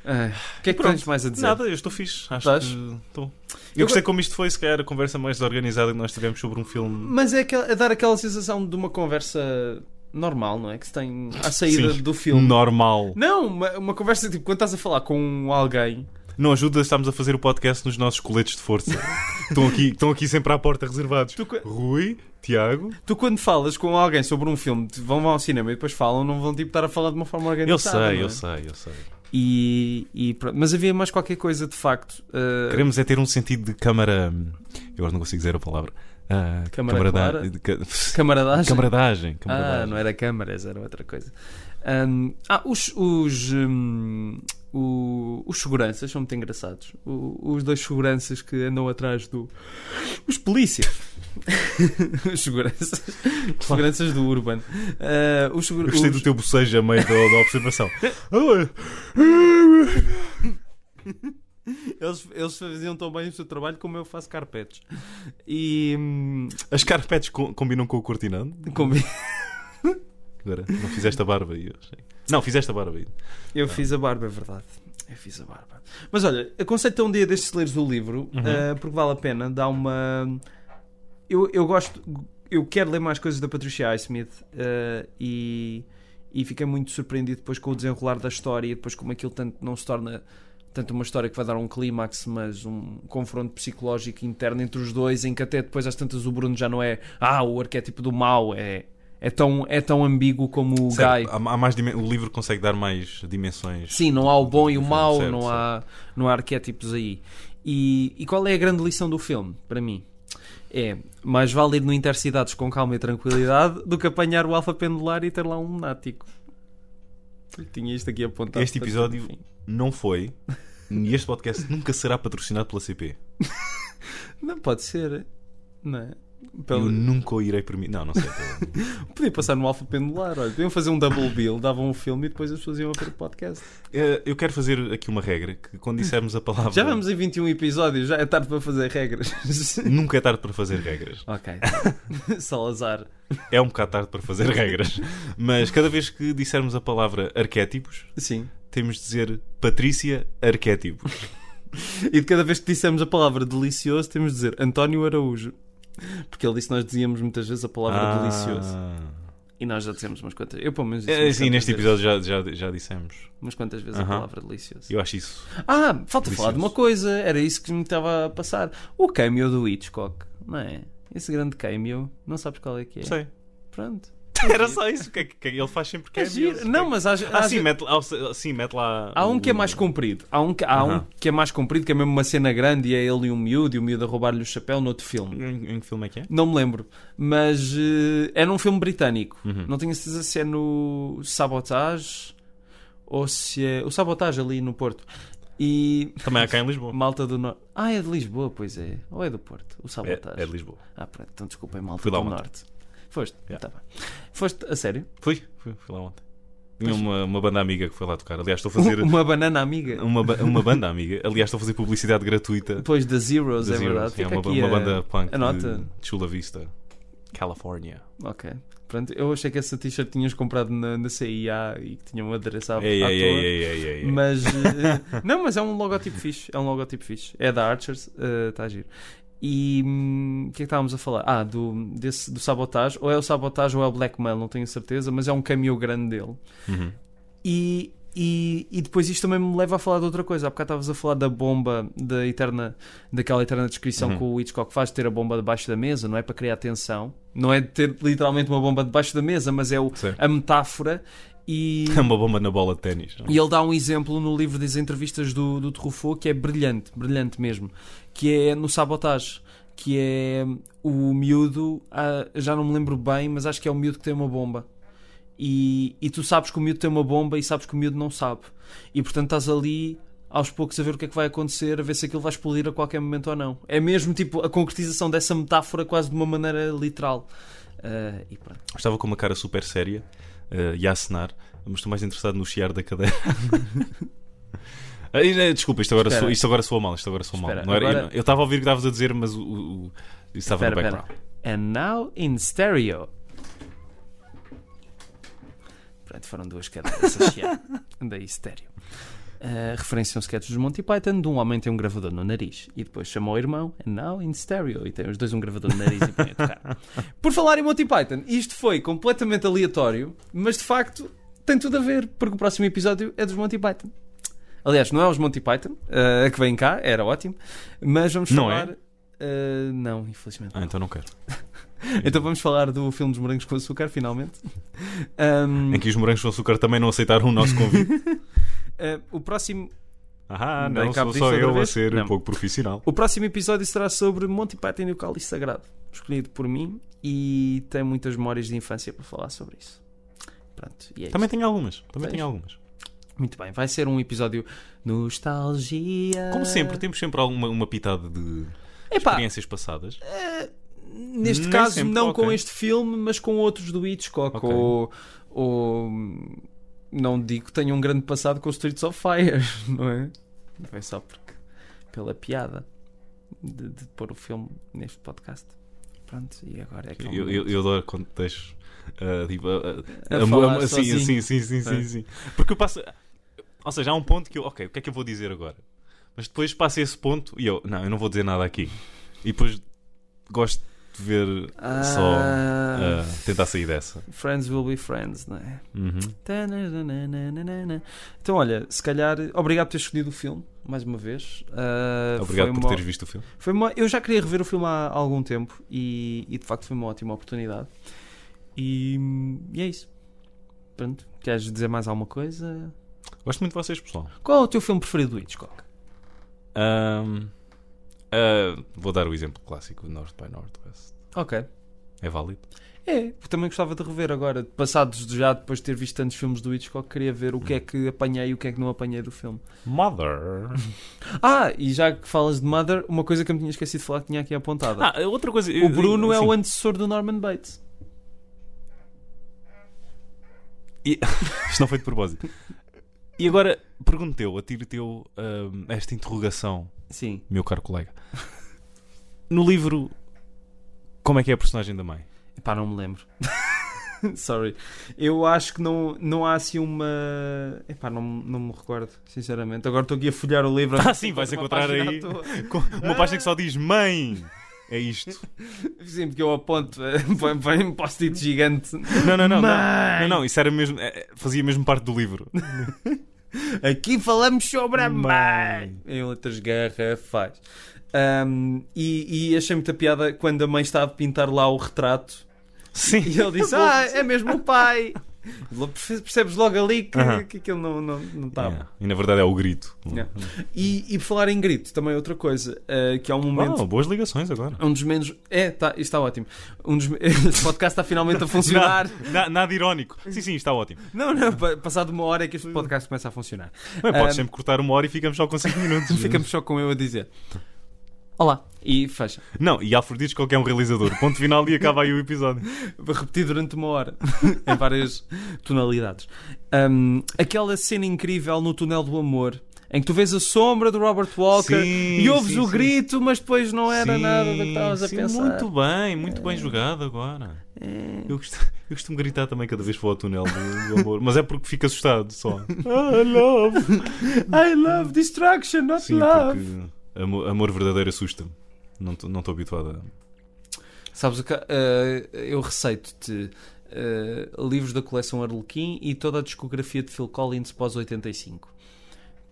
Ah, O que é que tens mais a dizer? Nada, eu estou fixe. Acho Estás? que estou. Eu, Eu gostei como isto foi, se calhar, a conversa mais desorganizada que nós tivemos sobre um filme. Mas é, aquela- é dar aquela sensação de uma conversa normal, não é? Que se tem à saída Sim. do filme. Normal. Não, uma, uma conversa tipo quando estás a falar com alguém. Não ajuda, estamos a fazer o podcast nos nossos coletes de [laughs] força. estão, aqui, estão aqui sempre à porta reservados. Tu, co- Rui, Tiago. tu quando falas com alguém sobre um filme, te- vão ao cinema e depois falam, não vão tipo estar a falar de uma forma Eu organizada. não sei, é? eu sei, eu sei. E, e pronto. Mas havia mais qualquer coisa de facto. ah, Queremos é ter um sentido de câmara. hum, Eu agora não consigo dizer a palavra. Ah, Câmara clara? de ca- [laughs] Camaradagem. Camaradagem. Ah, camaradagem. não era câmaras, era outra coisa. Ahm, ah, os, os, hum, o- os seguranças são muito engraçados. O- os dois seguranças que andam atrás do. Os polícias. [laughs] os seguranças. Os seguranças do Urban. Ah, os segura- Eu gostei os- do teu bocejo a meio da, da [laughs] observação. eles, eles faziam tão bem o seu trabalho como eu faço carpetes. E. hum, As carpetes co- combinam com o cortinando? combi- Agora, não fizeste a barba aí. eu achei. Não, fizeste a barba aí. Eu fiz a barba, é verdade. Eu fiz a barba. Mas olha, aconselho-te um dia destes leres o livro, eh, porque vale a pena. Dá uma. Eu, eu gosto. Eu quero ler mais coisas da Patricia Highsmith eh, e, e fiquei muito surpreendido depois com o desenrolar da história e depois como aquilo tanto não se torna tanto uma história que vai dar um clímax, mas um confronto psicológico interno entre os dois, em que até depois às tantas o Bruno já não é ah, o arquétipo do mal, é, é, tão, é tão ambíguo como o Guy. Certo, há- há mais dimen- O livro consegue dar mais dimensões. Sim, não há o bom e o Certo, mau, certo. não, há, não há arquétipos aí. E, e qual é a grande lição do filme, para mim? É, mais vale ir no Intercidades com calma e tranquilidade do que apanhar o alfa pendular e ter lá um lunático. Eu tinha isto aqui apontado. Este episódio não foi. E este podcast nunca será patrocinado pela CP. Não pode ser, não é? Eu Pelo- nunca o irei permitir. Não, [laughs] não sei. Podia passar no alfa pendular, olha. Podiam fazer um double bill, davam um filme e depois as pessoas iam a ver o podcast. Eh, Eu quero fazer aqui uma regra que quando dissermos a palavra. Já vamos em 21 episódios, já é tarde para [laughs] fazer regras. Nunca é tarde para fazer regras. ok. [laughs] Salazar. É um bocado tarde para fazer [laughs] regras. Mas cada vez que dissermos a palavra arquétipos, Sim. temos de dizer Patrícia Arquétipos. E de cada vez que dissemos a palavra delicioso, temos de dizer António Araújo. Porque ele disse que nós dizíamos muitas vezes a Ah. palavra delicioso. E nós já dissemos umas quantas. Eu, pelo menos, disse É, umas sim, quantas neste vezes- episódio já, já, já dissemos. Umas quantas vezes a Aham. palavra delicioso. Eu acho isso. Ah, falta falar de uma Delicioso. coisa. Era isso que me estava a passar. O cameo do Hitchcock, não é? Esse grande cameo. Não sabes qual é que é? Sei. [laughs] Pronto. Era só isso. O que é que- que ele faz sempre que É giro. Não, mas às, Ah, às sim, mete, lá- ah, sim, mete lá. Há um o- que é mais comprido. Há um que, há um Aham. que é mais comprido, que é mesmo uma cena grande e é ele e um miúdo, e o miúdo a roubar-lhe o chapéu no outro filme. Em, em que filme é que é? Não me lembro. Mas eh, é num filme britânico. Uhum. Não tenho certeza se é no Sabotage ou se é. O Sabotage ali no Porto. E. Também há cá em Lisboa. Malta do Norte. Ah, é de Lisboa, pois é. Ou é do Porto? O É, Sabotage. é de Lisboa. Ah, pronto, então desculpem, malta Fui lá do ontem. Norte. Foste, Yeah. tá bem. Foste, a sério? Fui, fui, fui lá ontem. Tinha uma, uma banda amiga que foi lá tocar. Aliás, estou a fazer. [laughs] Um Uma banana amiga. Uma, ba- uma banda amiga. Aliás, estou a fazer publicidade gratuita. Depois da Zeros, da é Zeros. verdade. É Fica uma, aqui uma a- banda punk a nota. de de Chula Vista, California. Ok. Pronto, eu achei que essa t-shirt tinhas comprado na, na CIA e que tinha um endereço à, Ei, à ei, toa. ei, ei, ei, ei, ei. Mas. eh, não, mas é um logotipo fixe. É um logotipo fixe. É da Archers. Está a giro. E hum, o que é que estávamos a falar? Ah, do, desse, do Sabotage. Ou é o Sabotage ou é o Blackmail, não tenho certeza, mas é um cameo grande dele. Uhum. E, e, e depois isto também me leva a falar de outra coisa. Há bocado estavas a falar da bomba, da eterna, daquela eterna descrição Uhum. que o Hitchcock faz de ter a bomba debaixo da mesa, não é para criar tensão. Não é de ter literalmente uma bomba debaixo da mesa, mas é o- Sim. a metáfora. [laughs] E, É [laughs] uma bomba na bola de ténis. não é? e ele dá um exemplo no livro das entrevistas do, do Truffaut que é brilhante, brilhante mesmo, que é no Sabotage, que é o miúdo, ah, já não me lembro bem, mas acho que é o miúdo que tem uma bomba. E, e tu sabes que o miúdo tem uma bomba e sabes que o miúdo não sabe. E portanto estás ali aos poucos a ver o que é que vai acontecer, a ver se aquilo vai explodir a qualquer momento ou não. É mesmo tipo a concretização dessa metáfora quase de uma maneira literal. Ah, e pronto. Estava com uma cara super séria eh, e a acenar, mas estou mais interessado no chiar da [laughs] cadeira. Ah, e, eh, Desculpa, isto agora, Espera. soa, isto agora soa mal. Isto agora soa mal. Espera, Não era- eu agora- não- Eu estava a ouvir o que estavas a dizer, mas o, o- o- isso estava no Espera, background. espera. And now in stereo. Pronto, foram duas cadeiras assim é. a [laughs] chiar. Daí estéreo. Uh, referência a um sketch dos Monty Python de um homem tem um gravador no nariz e depois chama o irmão and now in stereo e tem os dois um gravador no nariz e põe [laughs] a tocar. Por falar em Monty Python, isto foi completamente aleatório, mas de facto tem tudo a ver, porque o próximo episódio é dos Monty Python. Aliás, não é os Monty Python uh, que vêm cá, era ótimo, mas vamos Não falar. é? uh, não, infelizmente. Ah, então não quero. Então vamos falar do filme dos morangos com açúcar, [laughs] finalmente. Um, Em que os morangos com açúcar também não aceitaram o nosso [laughs] convite. eh, o, próximo, Ah, Bem, não, cá sou pediste só outra eu a vez? ser Não. um pouco profissional. o próximo episódio será sobre Monty Python e o Cálice Sagrado, escolhido por mim, e tem muitas memórias de infância para falar sobre isso. Pronto, e é Também tenho algumas. Também Tens? tenho algumas. isto. Muito bem, vai ser um episódio nostalgia. Como sempre, temos sempre alguma uma pitada de Ah. Epá, experiências passadas. neste nem caso sempre, não com ok. este filme, mas com outros do Hitchcock, Ok. ou, ou, não digo que tenha um grande passado com os Streets of Fire, [laughs] não é? Não é só porque pela piada de, de pôr o filme neste podcast. Pronto, e agora é que é um Eu, eu, eu adoro quando deixo. ah, tipo, ah, ah, A a- falar a- sim, sozinho. sim, sim, sim, sim, É. sim. Porque eu passo. Ou seja, há um ponto que eu. Ok, o que é que eu vou dizer agora? Mas depois passo esse ponto e eu. Não, eu não vou dizer nada aqui. E depois gosto de ver Ah, só ah, tentar sair dessa. Friends will be friends, não é? Uhum. Tananana. Então, olha, se calhar, obrigado por ter escolhido o filme, mais uma vez. Ah, Obrigado foi por uma- teres visto o filme. Foi uma- eu já queria rever o filme há algum tempo e, e, de facto foi uma ótima oportunidade. E, e é isso. Pronto, queres dizer mais alguma coisa? Gosto muito de vocês, pessoal. Qual é o teu filme preferido do Hitchcock? Ahm, ah, vou dar o exemplo clássico: North by Northwest. Ok. É válido? É, porque também gostava de rever agora, passados já depois de ter visto tantos filmes do Hitchcock, queria ver o que é que apanhei e o que é que não apanhei do filme. Mother. Ah, e já que falas de Mother, uma coisa que eu me tinha esquecido de falar que tinha aqui apontada. Ah, outra coisa. assim, o Bruno é sim. o antecessor do Norman Bates. Isto não foi de propósito. E agora, pergunto eu, atiro teu ahm, esta interrogação, Sim. meu caro colega. No livro, como é que é a personagem da mãe? Pá, não me lembro. [laughs] Sorry. Eu acho que não, não há assim uma. Epá, não, não me recordo, sinceramente. Agora estou aqui a folhear o livro. Ah, sim, vais encontrar página aí. à toa. Com uma página que só diz mãe. É isto. Sempre que eu aponto [laughs] põe- põe um post-it gigante. Não, não, não. Não, Mãe! não, não, isso era mesmo, é, é, fazia mesmo parte do livro. Aqui falamos sobre a Mãe. mãe. Em outras garrafas. Ahm, e, e achei muita piada quando a mãe estava a pintar lá o retrato [laughs] Sim. e [laughs] ele disse: Ah, é mesmo o pai. Lo- Percebes logo ali que, Aham. que aquilo não, não, não tá está bom. Yeah. E na verdade é o grito. Yeah. E, e por falar em grito, também é outra coisa, ah, que há um momento. Uau, boas ligações agora. Um dos menos. É, tá, isto está ótimo. Um dos... [laughs] Este podcast está finalmente a funcionar. Na- nada irónico. Sim, sim, está ótimo. [laughs] Não, não, pa- passado uma hora é que este podcast começa a funcionar. Bem, podes Ah, sempre cortar uma hora e Hum. ficamos só com 5 minutos. Ficamos só com eu a dizer. Olá. E fecha. Não, e Afrodite qualquer um realizador. Ponto final e acaba aí o episódio. Vou repetir durante uma hora, [laughs] em várias tonalidades. Ahm, aquela cena incrível no Túnel do Amor, em que tu vês a sombra do Robert Walker Sim, e ouves sim, o sim. grito, mas depois não era Sim, nada do que estavas a sim, pensar. É. Muito bem, muito bem jogado agora. Eu, gosto- eu costumo gritar também cada vez que vou ao túnel do, do amor, mas é porque fico assustado só. I love. I love destruction, not Sim, love. porque amor, amor verdadeiro assusta-me. Não estou não estou habituado a. Sabes o que? eh, eu receito-te eh, livros da coleção Arlequim e toda a discografia de Phil Collins pós 85.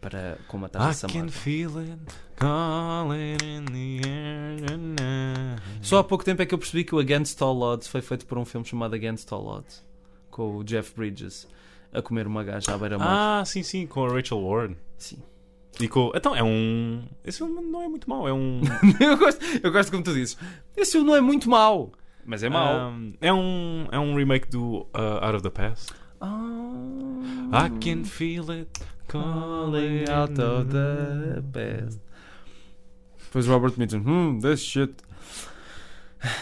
Para como a I taça can feel it calling in the air tonight. Só há pouco tempo é que eu percebi que o Against All Odds foi feito por um filme chamado Against All Odds com o Jeff Bridges a comer uma gaja à beira-mar. Ah, sim, sim, com a Rachel Ward. Sim. [laughs] E com... Então, é um. Esse filme não é muito mau, é um. eu, gosto, eu gosto como tu dizes. Esse filme não é muito mau, mas é mau. Um, é um. É um remake do uh, Out of the Past. Ah. I can feel it calling Falling out of the past. Depois Robert Mitchum, hmm, this shit.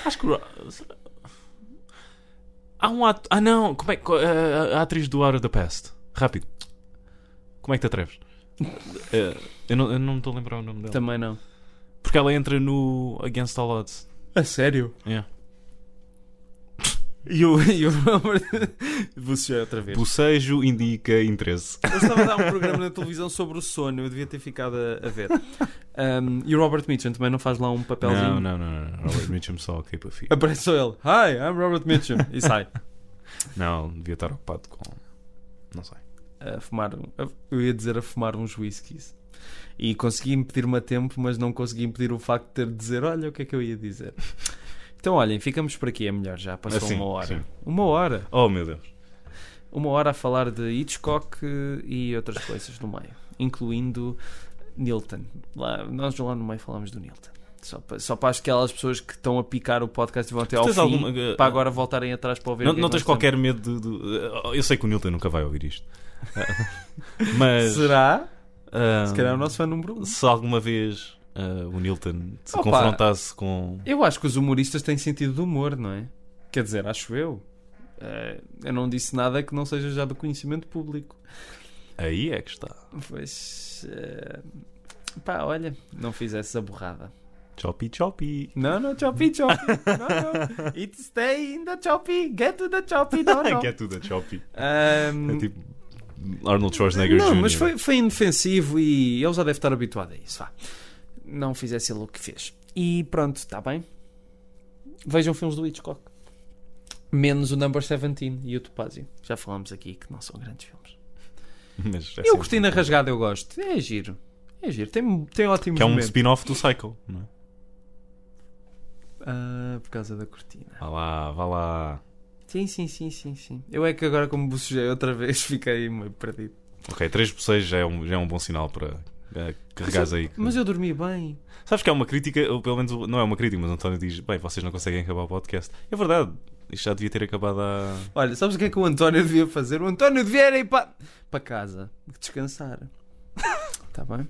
Acho que. o Ro- Há um ato. Ah, não! Como é que. a- A a atriz do Out of the Past. Rápido. Como é que te atreves? Eh, eu não eu não me estou a lembrar o nome dela. Também não. Porque ela entra no Against All Odds. A sério? Yeah. E o, e o Robert. [laughs] Vou sujar outra vez. Bocejo indica interesse. Eu estava a dar um programa na televisão sobre o sono, eu devia ter ficado a, a ver. Um, e o Robert Mitchum também não faz lá um Não, papelzinho. não, não, não. não. Robert Mitchum só keep a [laughs] feet. Aparece só ele. Hi, I'm Robert Mitchum. E sai. Não, devia estar ocupado com. Não sei. A fumar. um- a- eu ia dizer a fumar uns whiskies. E consegui impedir-me a tempo, mas não consegui impedir o facto de ter de dizer: olha o que é que eu ia dizer. Então, olhem, ficamos por aqui, é melhor já. Passou Assim, uma hora. sim. Uma hora. Oh meu Deus. uma hora a falar de Hitchcock eh, e outras coisas no meio, incluindo Nilton. Lá, nós lá no meio falámos do Nilton. Só para, só para aquelas pessoas que estão a picar o podcast e vão até ao tens fim, alguma, eh, para agora voltarem atrás para ouvir. Não, o que é não que tens nós qualquer medo de. de- Eu sei que o Nilton nunca vai ouvir isto. [laughs] Mas. estamos- Será? ah, Se calhar é o nosso fã número um. se alguma vez ah, o Nilton se Opa. confrontasse com. Eu acho que os humoristas têm sentido de humor, não é? Quer dizer, acho eu. Eh, eu não disse nada que não seja já do conhecimento público. Aí é que está. Pois. eh, pá, olha, não fiz essa borrada. Choppy choppy. No, no, choppy, [laughs] choppy. No, no. It stay in the choppy. Get to the choppy. [laughs] No, no. Que é tudo a choppy. Ahm, É tipo. Arnold Schwarzenegger Hum. não, Jr. mas foi, foi indefensivo e ele já deve estar habituado a isso. Vá. Não fizesse ele o que fez. E pronto, está bem. Vejam filmes do Hitchcock. Menos o Number 17 e o Topazio. Já falámos aqui que não são grandes filmes. Mas é eu sempre- gostei na rasgada, eu gosto. É giro. É giro. Tem, tem ótimos Que é um momentos. spin-off do Psycho. Não é? Ah, por causa da cortina. Vá lá, vá lá. Sim, sim, sim, sim, sim. Eu é que agora, como bocejei outra [laughs] vez, fiquei meio perdido. Ok, 3 por 6 já é um, já é um bom sinal para. ah, Carregares aí. Mas eu dormi bem. Sabes que é uma crítica, ou pelo menos não é uma crítica, mas o António diz: bem, vocês não conseguem acabar o podcast. É verdade, isto já devia ter acabado há. Olha, sabes o que é que o António devia fazer? O António devia era ir para, para casa, [laughs] descansar. Está bem?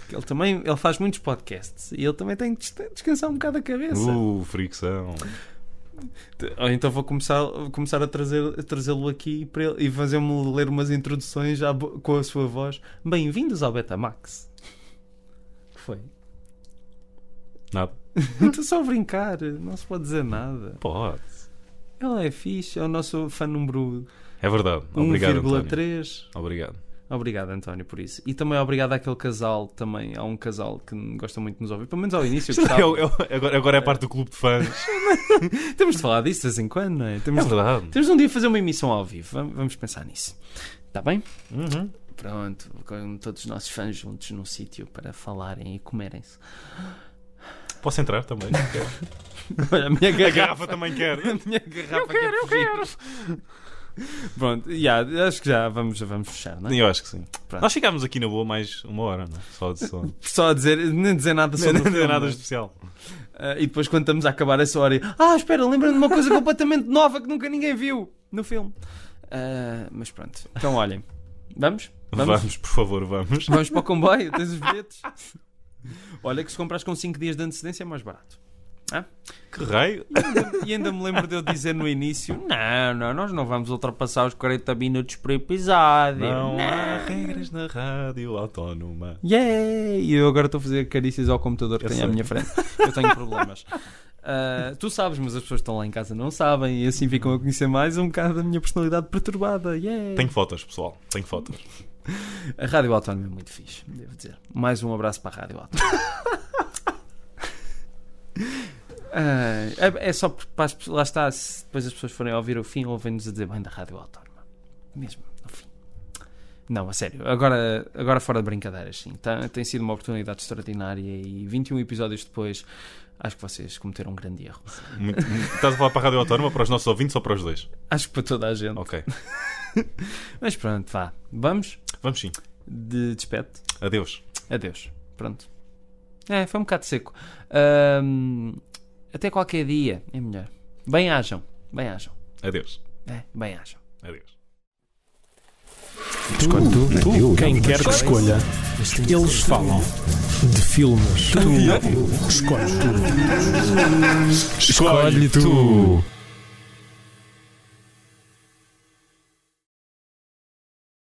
Porque Ele também ele faz muitos podcasts e ele também tem que des- descansar um bocado a cabeça. Uh, fricção. Ou então vou começar, começar a trazer- a trazê-lo aqui para ele, e fazer-me ler umas introduções à bo- com a sua voz. Bem-vindos ao Betamax. [laughs] que foi? Nada. Estou só a brincar, não se pode dizer nada. Pode. Ele é fixe, é o nosso fã número É verdade. Obrigado, António. 1,3. Obrigado. Obrigado, António, por isso. E também obrigado àquele casal, também há um casal que gosta muito de nos ouvir, pelo menos ao início. gostava. Eu- eu- agora, agora é parte do clube de fãs. Temos de falar disso de vez em quando, não é? É Temos, de... verdade. Temos de um dia fazer uma emissão ao vivo, vamos, vamos pensar nisso. Está bem? Uhum. Pronto, com todos os nossos fãs juntos num sítio para falarem e comerem-se. [laughs] Posso entrar [laughs] também? Olha, a minha A garrafa. garrafa também quer. A minha garrafa eu quero, eu quero. Pronto, yeah, acho que já vamos, já vamos fechar, não é? Eu acho que sim. Pronto. Nós ficámos aqui na boa mais uma hora, não é? Só de [laughs] só. Só a dizer, nem dizer nada Não, sobre não, o filme, é nada não é? especial. Ah, e depois quando estamos a acabar essa hora, e, ah, espera, lembrando de uma coisa completamente nova que nunca ninguém viu no filme. Ah, mas pronto, então olhem, vamos? Vamos? por favor, vamos. [laughs] Vamos para o comboio, tens os bilhetes. Olha que se compras com 5 dias de antecedência é mais barato. Que raio? E ainda me lembro de eu dizer no início: não, não, nós não vamos ultrapassar os 40 minutos por episódio. Não há regras na rádio autónoma. Yay! E eu agora estou a fazer carícias ao computador que Eu tem à sei. minha frente. Eu tenho problemas. Ah, tu sabes, mas as pessoas que estão lá em casa não sabem e assim ficam a conhecer mais um bocado da minha personalidade perturbada. Yay! Tenho fotos, pessoal. Tenho fotos. A Rádio Autónoma é muito fixe, devo dizer. Mais um abraço para a Rádio Autónoma. [laughs] Ah, é, é só para as, pessoas- lá está, se depois as pessoas forem ouvir o fim, ouvem-nos a dizer bem da Rádio Autónoma. Mesmo, no fim. Não, a sério, agora, agora fora de brincadeiras, sim. Tá- tem sido uma oportunidade extraordinária e 21 episódios depois, acho que vocês cometeram um grande erro. Muito- muito- Estás a falar para a rádio autónoma, para os nossos ouvintes ou para os dois? Acho que para toda a gente. Ok. Mas pronto, vá. Vamos? Vamos sim. De despete. Adeus. Adeus. Pronto. É, foi um bocado seco. Ahm, até qualquer dia é melhor. Bem-ajam. Bem-ajam. Adeus. É, bem-ajam. Adeus. Escolhe tu, eu, quem eu, quer que eu. escolha. Eles falam de filmes. Tu escolhe tu. Escolhe tu.